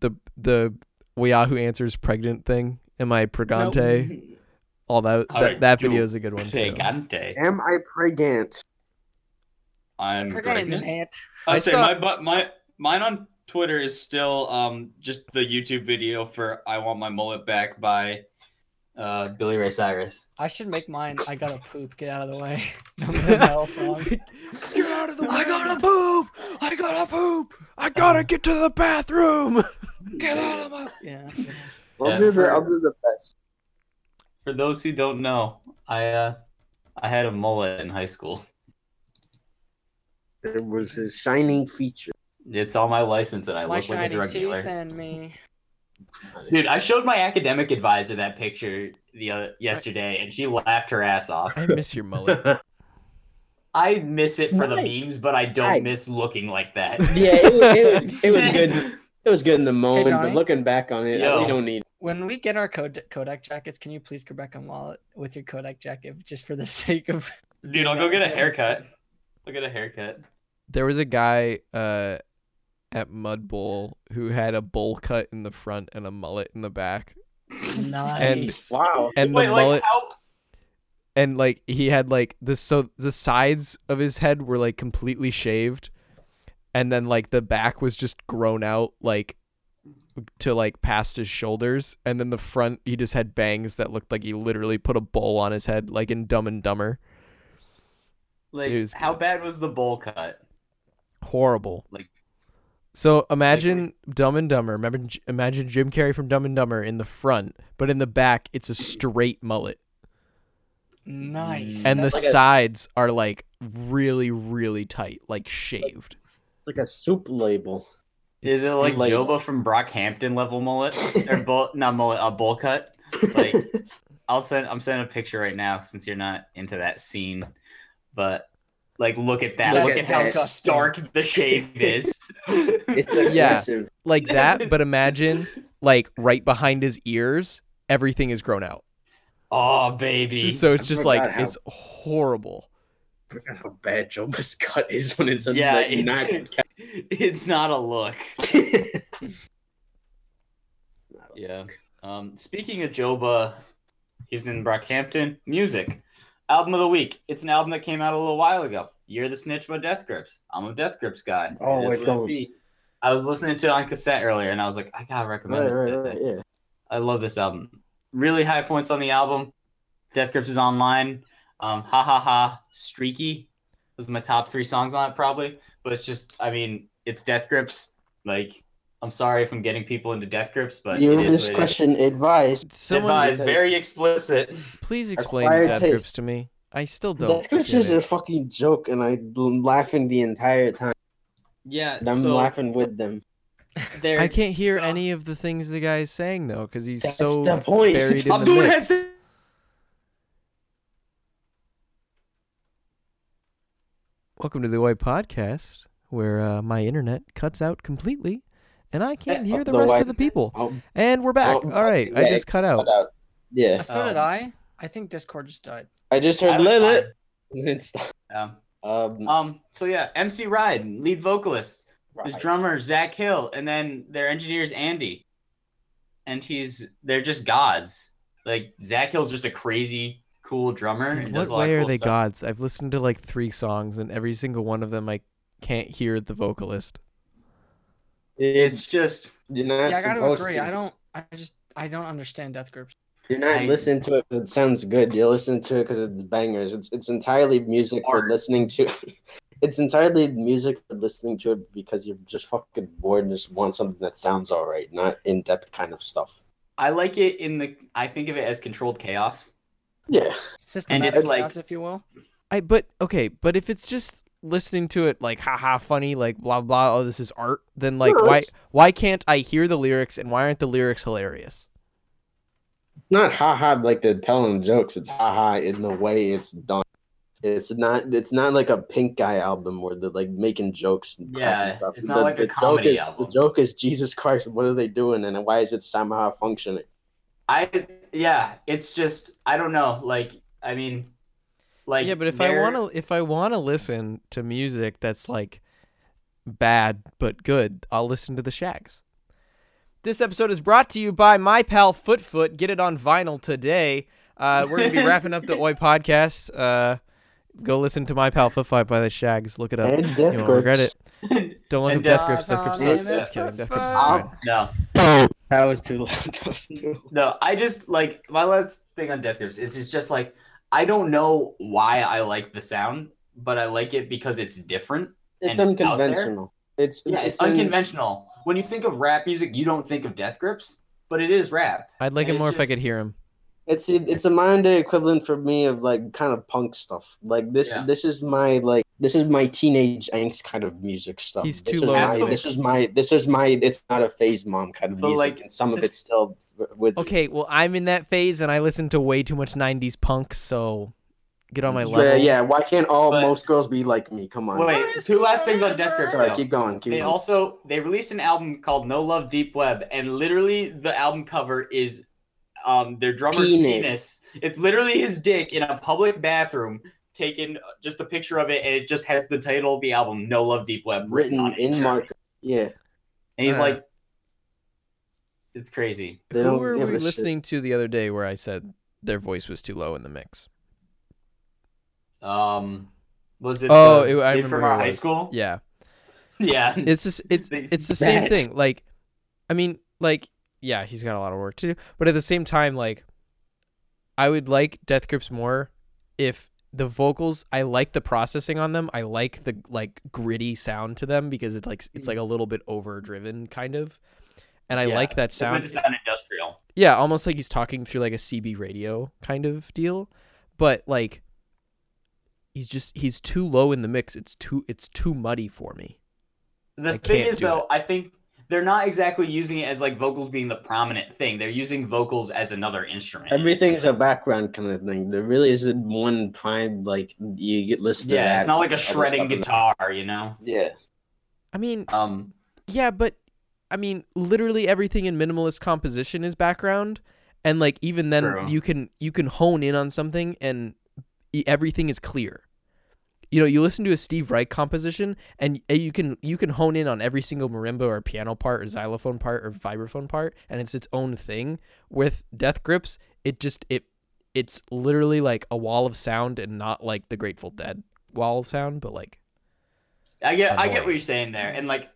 Speaker 1: the the Yahoo answers pregnant thing. Am I pregante? All that
Speaker 2: How
Speaker 1: that, that
Speaker 2: you
Speaker 1: video is a good one too.
Speaker 2: Gigante.
Speaker 3: Am I pregnant?
Speaker 2: I'm pregnant.
Speaker 4: Pregnant.
Speaker 2: I
Speaker 1: I
Speaker 2: say
Speaker 1: saw-
Speaker 2: my but my mine on Twitter is still um just the YouTube video for "I Want My Mullet Back" by uh Billy Ray Cyrus.
Speaker 4: I should make mine. I gotta poop. Get out of the way. Number metal song.
Speaker 1: Get out of the way! I gotta poop! I gotta poop! I gotta get to the bathroom! Get out of my
Speaker 4: Yeah.
Speaker 3: I'll,
Speaker 2: Yeah,
Speaker 3: do the,
Speaker 2: for-
Speaker 3: I'll do the best.
Speaker 2: For those who don't know, I uh I had a mullet in high school.
Speaker 3: It was his shining feature.
Speaker 2: It's on my license, and I
Speaker 4: My
Speaker 2: look like a
Speaker 4: shiny
Speaker 2: drug
Speaker 4: teeth
Speaker 2: dealer.
Speaker 4: and me.
Speaker 2: Dude, I showed my academic advisor that picture the other, yesterday, and she laughed her ass off.
Speaker 1: I miss your mullet.
Speaker 2: I miss it for the
Speaker 3: Right.
Speaker 2: memes, but I don't
Speaker 3: Right.
Speaker 2: miss looking like that.
Speaker 3: Yeah, it, wa- it, was, it was good. It was good in the moment, but
Speaker 4: Johnny?
Speaker 3: looking back on it,
Speaker 2: Yo.
Speaker 3: we don't need.
Speaker 4: When we get our Kodak, Kodak jackets, can you please go back and wallet with your Kodak jacket just for the sake of?
Speaker 2: Dude, I'll go get a
Speaker 4: Yeah.
Speaker 2: haircut. I'll get a haircut.
Speaker 1: there was a guy uh at Mud Bowl who had a bowl cut in the front and a mullet in the back.
Speaker 4: Nice.
Speaker 3: Wow.
Speaker 1: And the
Speaker 2: Wait,
Speaker 1: mullet
Speaker 2: like how?
Speaker 1: and like he had like this so the sides of his head were like completely shaved and then like the back was just grown out like to like past his shoulders and then the front he just had bangs that looked like he literally put a bowl on his head like in dumb and dumber It
Speaker 2: Like
Speaker 1: was
Speaker 2: how
Speaker 1: good.
Speaker 2: bad was the bowl cut?
Speaker 1: horrible
Speaker 2: Like-
Speaker 1: so imagine dumb and dumber remember J- imagine jim carrey from dumb and dumber in the front but in the back it's a straight mullet
Speaker 4: Nice.
Speaker 1: and the
Speaker 4: That's
Speaker 3: like a-
Speaker 1: sides are like really really tight like shaved
Speaker 3: Like a soup label.
Speaker 2: Is it
Speaker 1: It's-
Speaker 2: like,
Speaker 3: like-
Speaker 2: Joba from Brockhampton level mullet or bowl? Not mullet, a bowl cut. Like I'll send. I'm sending a picture right now since you're not into that scene, but. Like, look at that!
Speaker 3: Look
Speaker 2: Look,
Speaker 3: at
Speaker 2: at, how
Speaker 3: that.
Speaker 2: stark the shave is.
Speaker 3: It's
Speaker 1: Yeah.
Speaker 3: aggressive.
Speaker 1: like that, but imagine like right behind his ears, everything is grown out.
Speaker 2: oh, baby!
Speaker 1: So it's just like
Speaker 3: forgot how-
Speaker 1: it's horrible.
Speaker 3: Forgot how bad Joba's cut is when it's a
Speaker 2: yeah,
Speaker 3: like,
Speaker 2: it's,
Speaker 3: not-
Speaker 2: it's not a look. Yeah. Um, speaking of Joba, he's in Brockhampton. Music. Album of the week. It's an album that came out a little while ago. You're the Snitch by Death Grips. I'm a Death Grips guy.
Speaker 3: Oh,
Speaker 2: It is
Speaker 3: wait,
Speaker 2: what it
Speaker 3: don't.
Speaker 2: be. I was listening to it on cassette earlier and I was like, I gotta recommend
Speaker 3: Right,
Speaker 2: this.
Speaker 3: right,
Speaker 2: to
Speaker 3: right, yeah.
Speaker 2: I love this album. Really high points on the album. Death Grips is online. Um, ha ha ha. Streaky was my top three songs on it probably, but it's just I mean it's Death Grips. Like I'm sorry if I'm getting people into Death Grips, but
Speaker 3: Your
Speaker 2: it is what it is.
Speaker 3: discretion advised.
Speaker 1: Someone
Speaker 2: Advised,
Speaker 3: says-
Speaker 2: very explicit.
Speaker 1: please explain
Speaker 3: Acquired
Speaker 1: death
Speaker 3: taste.
Speaker 1: grips to me. I still don't.
Speaker 3: This
Speaker 1: get
Speaker 3: is a
Speaker 1: it.
Speaker 3: fucking joke, and I'm laughing the entire time.
Speaker 2: Yeah,
Speaker 3: And I'm
Speaker 2: so
Speaker 3: laughing with them.
Speaker 2: there.
Speaker 1: I can't hear
Speaker 2: so-
Speaker 1: any of the things the guy's saying though, because he's
Speaker 3: That's
Speaker 1: so
Speaker 3: the point.
Speaker 1: buried in
Speaker 2: I'm
Speaker 1: the
Speaker 2: doing
Speaker 1: mix.
Speaker 2: headset-
Speaker 1: Welcome to the White Podcast, where uh, my internet cuts out completely, and I can't hear the rest of
Speaker 3: Otherwise-
Speaker 1: the people.
Speaker 3: Oh,
Speaker 1: And we're back.
Speaker 3: Uh, Oh,
Speaker 1: All right, I
Speaker 3: yeah,
Speaker 1: just cut
Speaker 2: Oh.
Speaker 3: cut
Speaker 1: out.
Speaker 3: out. Yeah,
Speaker 4: So did
Speaker 2: Um,
Speaker 4: I. I think Discord just died.
Speaker 3: I just
Speaker 2: I
Speaker 3: heard
Speaker 2: was
Speaker 3: Lilith. And it's
Speaker 2: Yeah.
Speaker 3: um,
Speaker 4: Uh,
Speaker 2: Um. So yeah, MC Ride, lead vocalist. his
Speaker 3: right.
Speaker 2: drummer Zach Hill, and then their engineer's Andy, and he's they're just gods. Like Zach Hill's just a crazy cool drummer and does
Speaker 1: What
Speaker 2: a lot
Speaker 1: way
Speaker 2: of
Speaker 1: are
Speaker 2: cool
Speaker 1: they
Speaker 2: stuff.
Speaker 1: gods? I've listened to like three songs, and every single one of them I can't hear the vocalist.
Speaker 2: It's
Speaker 3: it's
Speaker 2: just
Speaker 3: you're not
Speaker 4: yeah, I gotta
Speaker 3: supposed
Speaker 4: agree.
Speaker 3: to.
Speaker 4: I don't. I just. I don't understand death groups.
Speaker 3: You're not
Speaker 2: I-
Speaker 3: listening to it 'cause it sounds good. You're listening to it because it's bangers. It's it's entirely music for
Speaker 2: Art.
Speaker 3: listening to. it's entirely music for listening to it because you're just fucking bored and just want something that sounds all right, not in depth kind of stuff.
Speaker 2: I like it in the I think of it as controlled chaos.
Speaker 3: Yeah,
Speaker 4: Systematic
Speaker 2: it's like-
Speaker 4: chaos, if you will.
Speaker 1: I but okay, but if it's just listening to it like haha funny like blah blah oh this is art then like
Speaker 3: No,
Speaker 1: why
Speaker 3: it's-
Speaker 1: why can't I hear the lyrics and why aren't the lyrics hilarious?
Speaker 3: not ha ha like they're telling jokes. It's ha ha in the way it's done. It's not. It's not like a Pink Guy album where they're like making jokes. And crap
Speaker 2: Yeah,
Speaker 3: and stuff.
Speaker 2: it's not like a
Speaker 3: joke
Speaker 2: comedy
Speaker 3: is-
Speaker 2: album.
Speaker 3: The joke is Jesus Christ. What are they doing, and why is it somehow functioning?
Speaker 2: I yeah, it's just I don't know. Like I mean, like
Speaker 1: yeah, but if I
Speaker 2: they're-
Speaker 1: want to, if I want to listen to music that's like bad but good, I'll listen to the Shags. This episode is brought to you by my pal Footfoot. Get it on vinyl today. Uh, we're gonna be wrapping up the Oi podcast. Uh, go listen to my pal Footfoot by the Shags. Look it up.
Speaker 3: And
Speaker 1: You
Speaker 3: Death
Speaker 1: won't regret it.
Speaker 3: Grips.
Speaker 1: Don't look
Speaker 2: And
Speaker 1: up Death
Speaker 4: Death
Speaker 1: Grips. Death Grips
Speaker 2: Grips.
Speaker 1: sucks. Just kidding. Death Grips is
Speaker 3: I'll-
Speaker 1: fine.
Speaker 2: no,
Speaker 3: That was too loud. That was too.
Speaker 2: no. I just like my last thing on Death Grips is it's just like I don't know why I like the sound, but I like it because it's different.
Speaker 3: It's
Speaker 2: And it's out there?
Speaker 3: unconventional. It's
Speaker 2: Yeah, it's
Speaker 3: in-
Speaker 2: unconventional. When you think of rap music, you don't think of Death Grips, but it is rap.
Speaker 1: I'd like
Speaker 2: And
Speaker 1: it more
Speaker 2: it's
Speaker 1: if I
Speaker 2: just-
Speaker 1: could hear him.
Speaker 3: It's it's a modern day equivalent for me of like kind of punk stuff. Like this
Speaker 2: Yeah.
Speaker 3: this is my like this is my teenage angst kind of music stuff.
Speaker 1: He's
Speaker 3: this
Speaker 1: too
Speaker 3: is
Speaker 1: low
Speaker 3: My,
Speaker 2: for
Speaker 3: this
Speaker 2: it.
Speaker 3: is my this is my it's not a phase mom kind of
Speaker 2: But,
Speaker 3: music.
Speaker 2: like,
Speaker 3: and some of
Speaker 2: to-
Speaker 3: it's still with
Speaker 1: Okay, well I'm in that phase and I listen to way too much '90s punk, so get on my level.
Speaker 3: Yeah, yeah. Why can't all
Speaker 2: But-
Speaker 3: most girls be like me? Come on.
Speaker 2: Wait, two last things on Death Grips.
Speaker 3: Sorry,
Speaker 2: though.
Speaker 3: keep going. Keep
Speaker 2: They
Speaker 3: going.
Speaker 2: also they released an album called No Love Deep Web, and literally the album cover is um their drummer's
Speaker 3: Penis.
Speaker 2: penis. It's literally his dick in a public bathroom, taken uh, just a picture of it, and it just has the title of the album No Love Deep Web written,
Speaker 3: written
Speaker 2: on it.
Speaker 3: in marker. Yeah.
Speaker 2: and he's
Speaker 1: Uh.
Speaker 2: like, it's crazy.
Speaker 3: They
Speaker 1: Who
Speaker 3: don't
Speaker 1: were
Speaker 3: give
Speaker 1: we
Speaker 3: a shit.
Speaker 1: listening to the other day where I said their voice was too low in the mix?
Speaker 2: Um, was it
Speaker 1: Oh,
Speaker 2: the
Speaker 1: it- I
Speaker 2: kid from
Speaker 1: remember
Speaker 2: our
Speaker 1: it
Speaker 2: high
Speaker 1: was.
Speaker 2: school?
Speaker 1: Yeah,
Speaker 2: yeah.
Speaker 1: it's just it's
Speaker 2: They-
Speaker 1: it's the same
Speaker 2: Oh, Bad.
Speaker 1: thing. Like, I mean, like yeah, he's got a lot of work to do, but at the same time, like, I would like Death Grips more if the vocals. I like the processing on them. I like the like gritty sound to them because it's like it's like a little bit overdriven kind of, and I
Speaker 2: Yeah.
Speaker 1: like that
Speaker 2: It's meant
Speaker 1: sound.
Speaker 2: to sound industrial.
Speaker 1: Yeah, almost like he's talking through like a CB radio kind of deal, but like he's just he's too low in the mix. It's too it's too muddy for me.
Speaker 2: The
Speaker 1: I
Speaker 2: thing
Speaker 1: can't
Speaker 2: is,
Speaker 1: do
Speaker 2: though, I think they're not exactly using it as like vocals being the prominent thing. They're using vocals as another instrument.
Speaker 3: Everything's a background kind of thing. There really isn't one prime like you get listed.
Speaker 2: yeah, it's not like a shredding guitar, you know.
Speaker 3: Yeah.
Speaker 1: I mean,
Speaker 2: Um,
Speaker 1: yeah, but I mean, literally everything in minimalist composition is background, and like even then
Speaker 2: True.
Speaker 1: you can you can hone in on something and e- everything is clear. You know, you listen to a Steve Reich composition and y- you can you can hone in on every single marimba or piano part or xylophone part or vibraphone part and it's its own thing. With Death Grips, it just it it's literally like a wall of sound and not like the Grateful Dead wall of sound, but like
Speaker 2: I get, I
Speaker 1: Annoying.
Speaker 2: get what you're saying there, and like,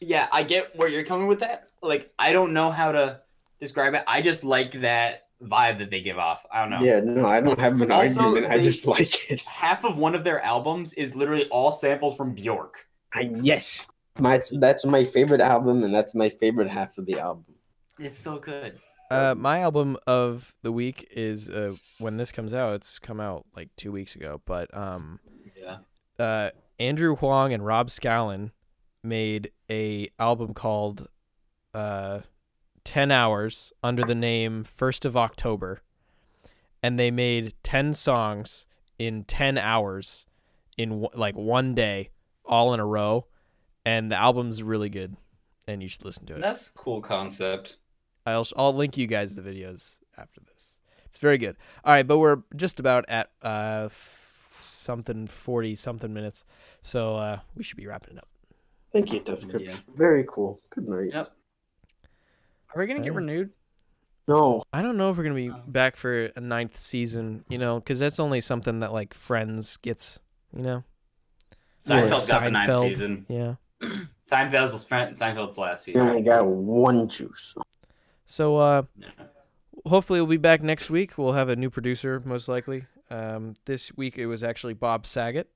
Speaker 2: yeah, I get where you're coming with that. Like, I don't know how to describe it. I just like that vibe that they give off. I don't know.
Speaker 3: Yeah, no, I don't have an
Speaker 2: Also,
Speaker 3: argument. I
Speaker 2: they-
Speaker 3: just like it.
Speaker 2: Half of one of their albums is literally all samples from Bjork.
Speaker 3: I, yes, my that's my favorite album, and that's my favorite half of the album.
Speaker 2: It's so good.
Speaker 1: Uh, my album of the week is uh, when this comes out. It's come out like two weeks ago, but um,
Speaker 2: Yeah.
Speaker 1: uh, Andrew Huang and Rob Scallon made a album called uh, Ten Hours under the name First of October, and they made ten songs in ten hours in w- like one day, all in a row, and the album's really good, and you should listen to it.
Speaker 2: That's a cool concept.
Speaker 1: I'll I'll link you guys the videos after this. It's very good. All right, but we're just about at uh f- something 40 something minutes. So uh we should be wrapping it up.
Speaker 3: Thank you, Death Grips. Very cool. Good night.
Speaker 2: Yep.
Speaker 4: Are we gonna get
Speaker 1: Yeah.
Speaker 4: renewed?
Speaker 3: No,
Speaker 1: I don't know if we're going to be
Speaker 2: Oh.
Speaker 1: back for a ninth season, you know, cuz that's only something that like Friends gets, you know.
Speaker 2: Seinfeld
Speaker 1: Like
Speaker 2: got the ninth
Speaker 1: Seinfeld.
Speaker 2: season.
Speaker 1: Yeah.
Speaker 2: Seinfeld's was Fran- Seinfeld's last
Speaker 3: you
Speaker 2: season.
Speaker 3: only got one juice.
Speaker 1: So uh
Speaker 2: Yeah.
Speaker 1: hopefully we'll be back next week. We'll have a new producer most likely. Um this week it was actually Bob Saget.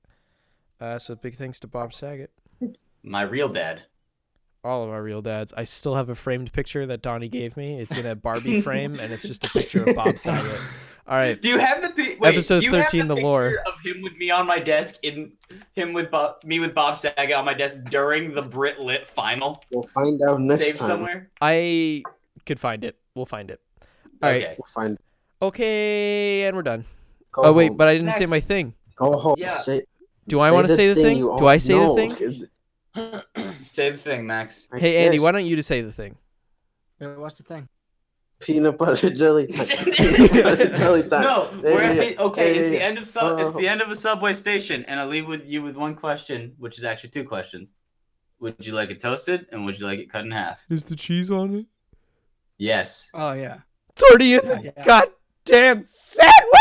Speaker 1: Uh so big thanks to Bob Saget.
Speaker 2: My real dad.
Speaker 1: all of our real dads. I still have a framed picture that Donnie gave me. It's in a Barbie frame, and it's just a picture of Bob Saget. All right,
Speaker 2: Do you have the pi- wait,
Speaker 1: Episode
Speaker 2: do you have
Speaker 1: 13, the
Speaker 2: picture
Speaker 1: lore.
Speaker 2: of him with me on my desk in him with Bob, me with Bob Saget on my desk during the Brit Lit final?
Speaker 3: We'll find out next
Speaker 2: saved
Speaker 3: time.
Speaker 2: somewhere.
Speaker 1: I could find it. We'll find it. All right.
Speaker 2: okay.
Speaker 3: We'll find.
Speaker 1: Okay, and we're done.
Speaker 3: Go
Speaker 1: oh wait,
Speaker 3: home.
Speaker 1: but I didn't say
Speaker 2: Next.
Speaker 1: my thing.
Speaker 3: Go home.
Speaker 2: Yeah.
Speaker 3: Say,
Speaker 1: Do I want to say the thing?
Speaker 3: you
Speaker 1: Do
Speaker 3: al-
Speaker 1: I say
Speaker 3: No,
Speaker 1: the thing?
Speaker 3: 'cause
Speaker 2: Say the thing, Max.
Speaker 3: I
Speaker 1: Hey Andy,
Speaker 3: guess
Speaker 1: why don't you just say the thing?
Speaker 4: Wait, What's the thing?
Speaker 3: peanut butter jelly time? Peanut butter jelly time.
Speaker 2: No,
Speaker 3: Yeah,
Speaker 2: we're
Speaker 3: yeah,
Speaker 2: at
Speaker 3: yeah.
Speaker 2: the okay.
Speaker 3: Yeah,
Speaker 2: it's
Speaker 3: yeah,
Speaker 2: the
Speaker 3: yeah.
Speaker 2: end of sub. it's
Speaker 3: Oh.
Speaker 2: the end of a subway station, and I leave with you with one question, which is actually two questions. Would you like it toasted, and would you like it cut in half?
Speaker 1: Is the cheese on it?
Speaker 2: Yes.
Speaker 4: Oh yeah.
Speaker 1: Tortillas.
Speaker 4: Yeah, yeah.
Speaker 1: God damn sandwich.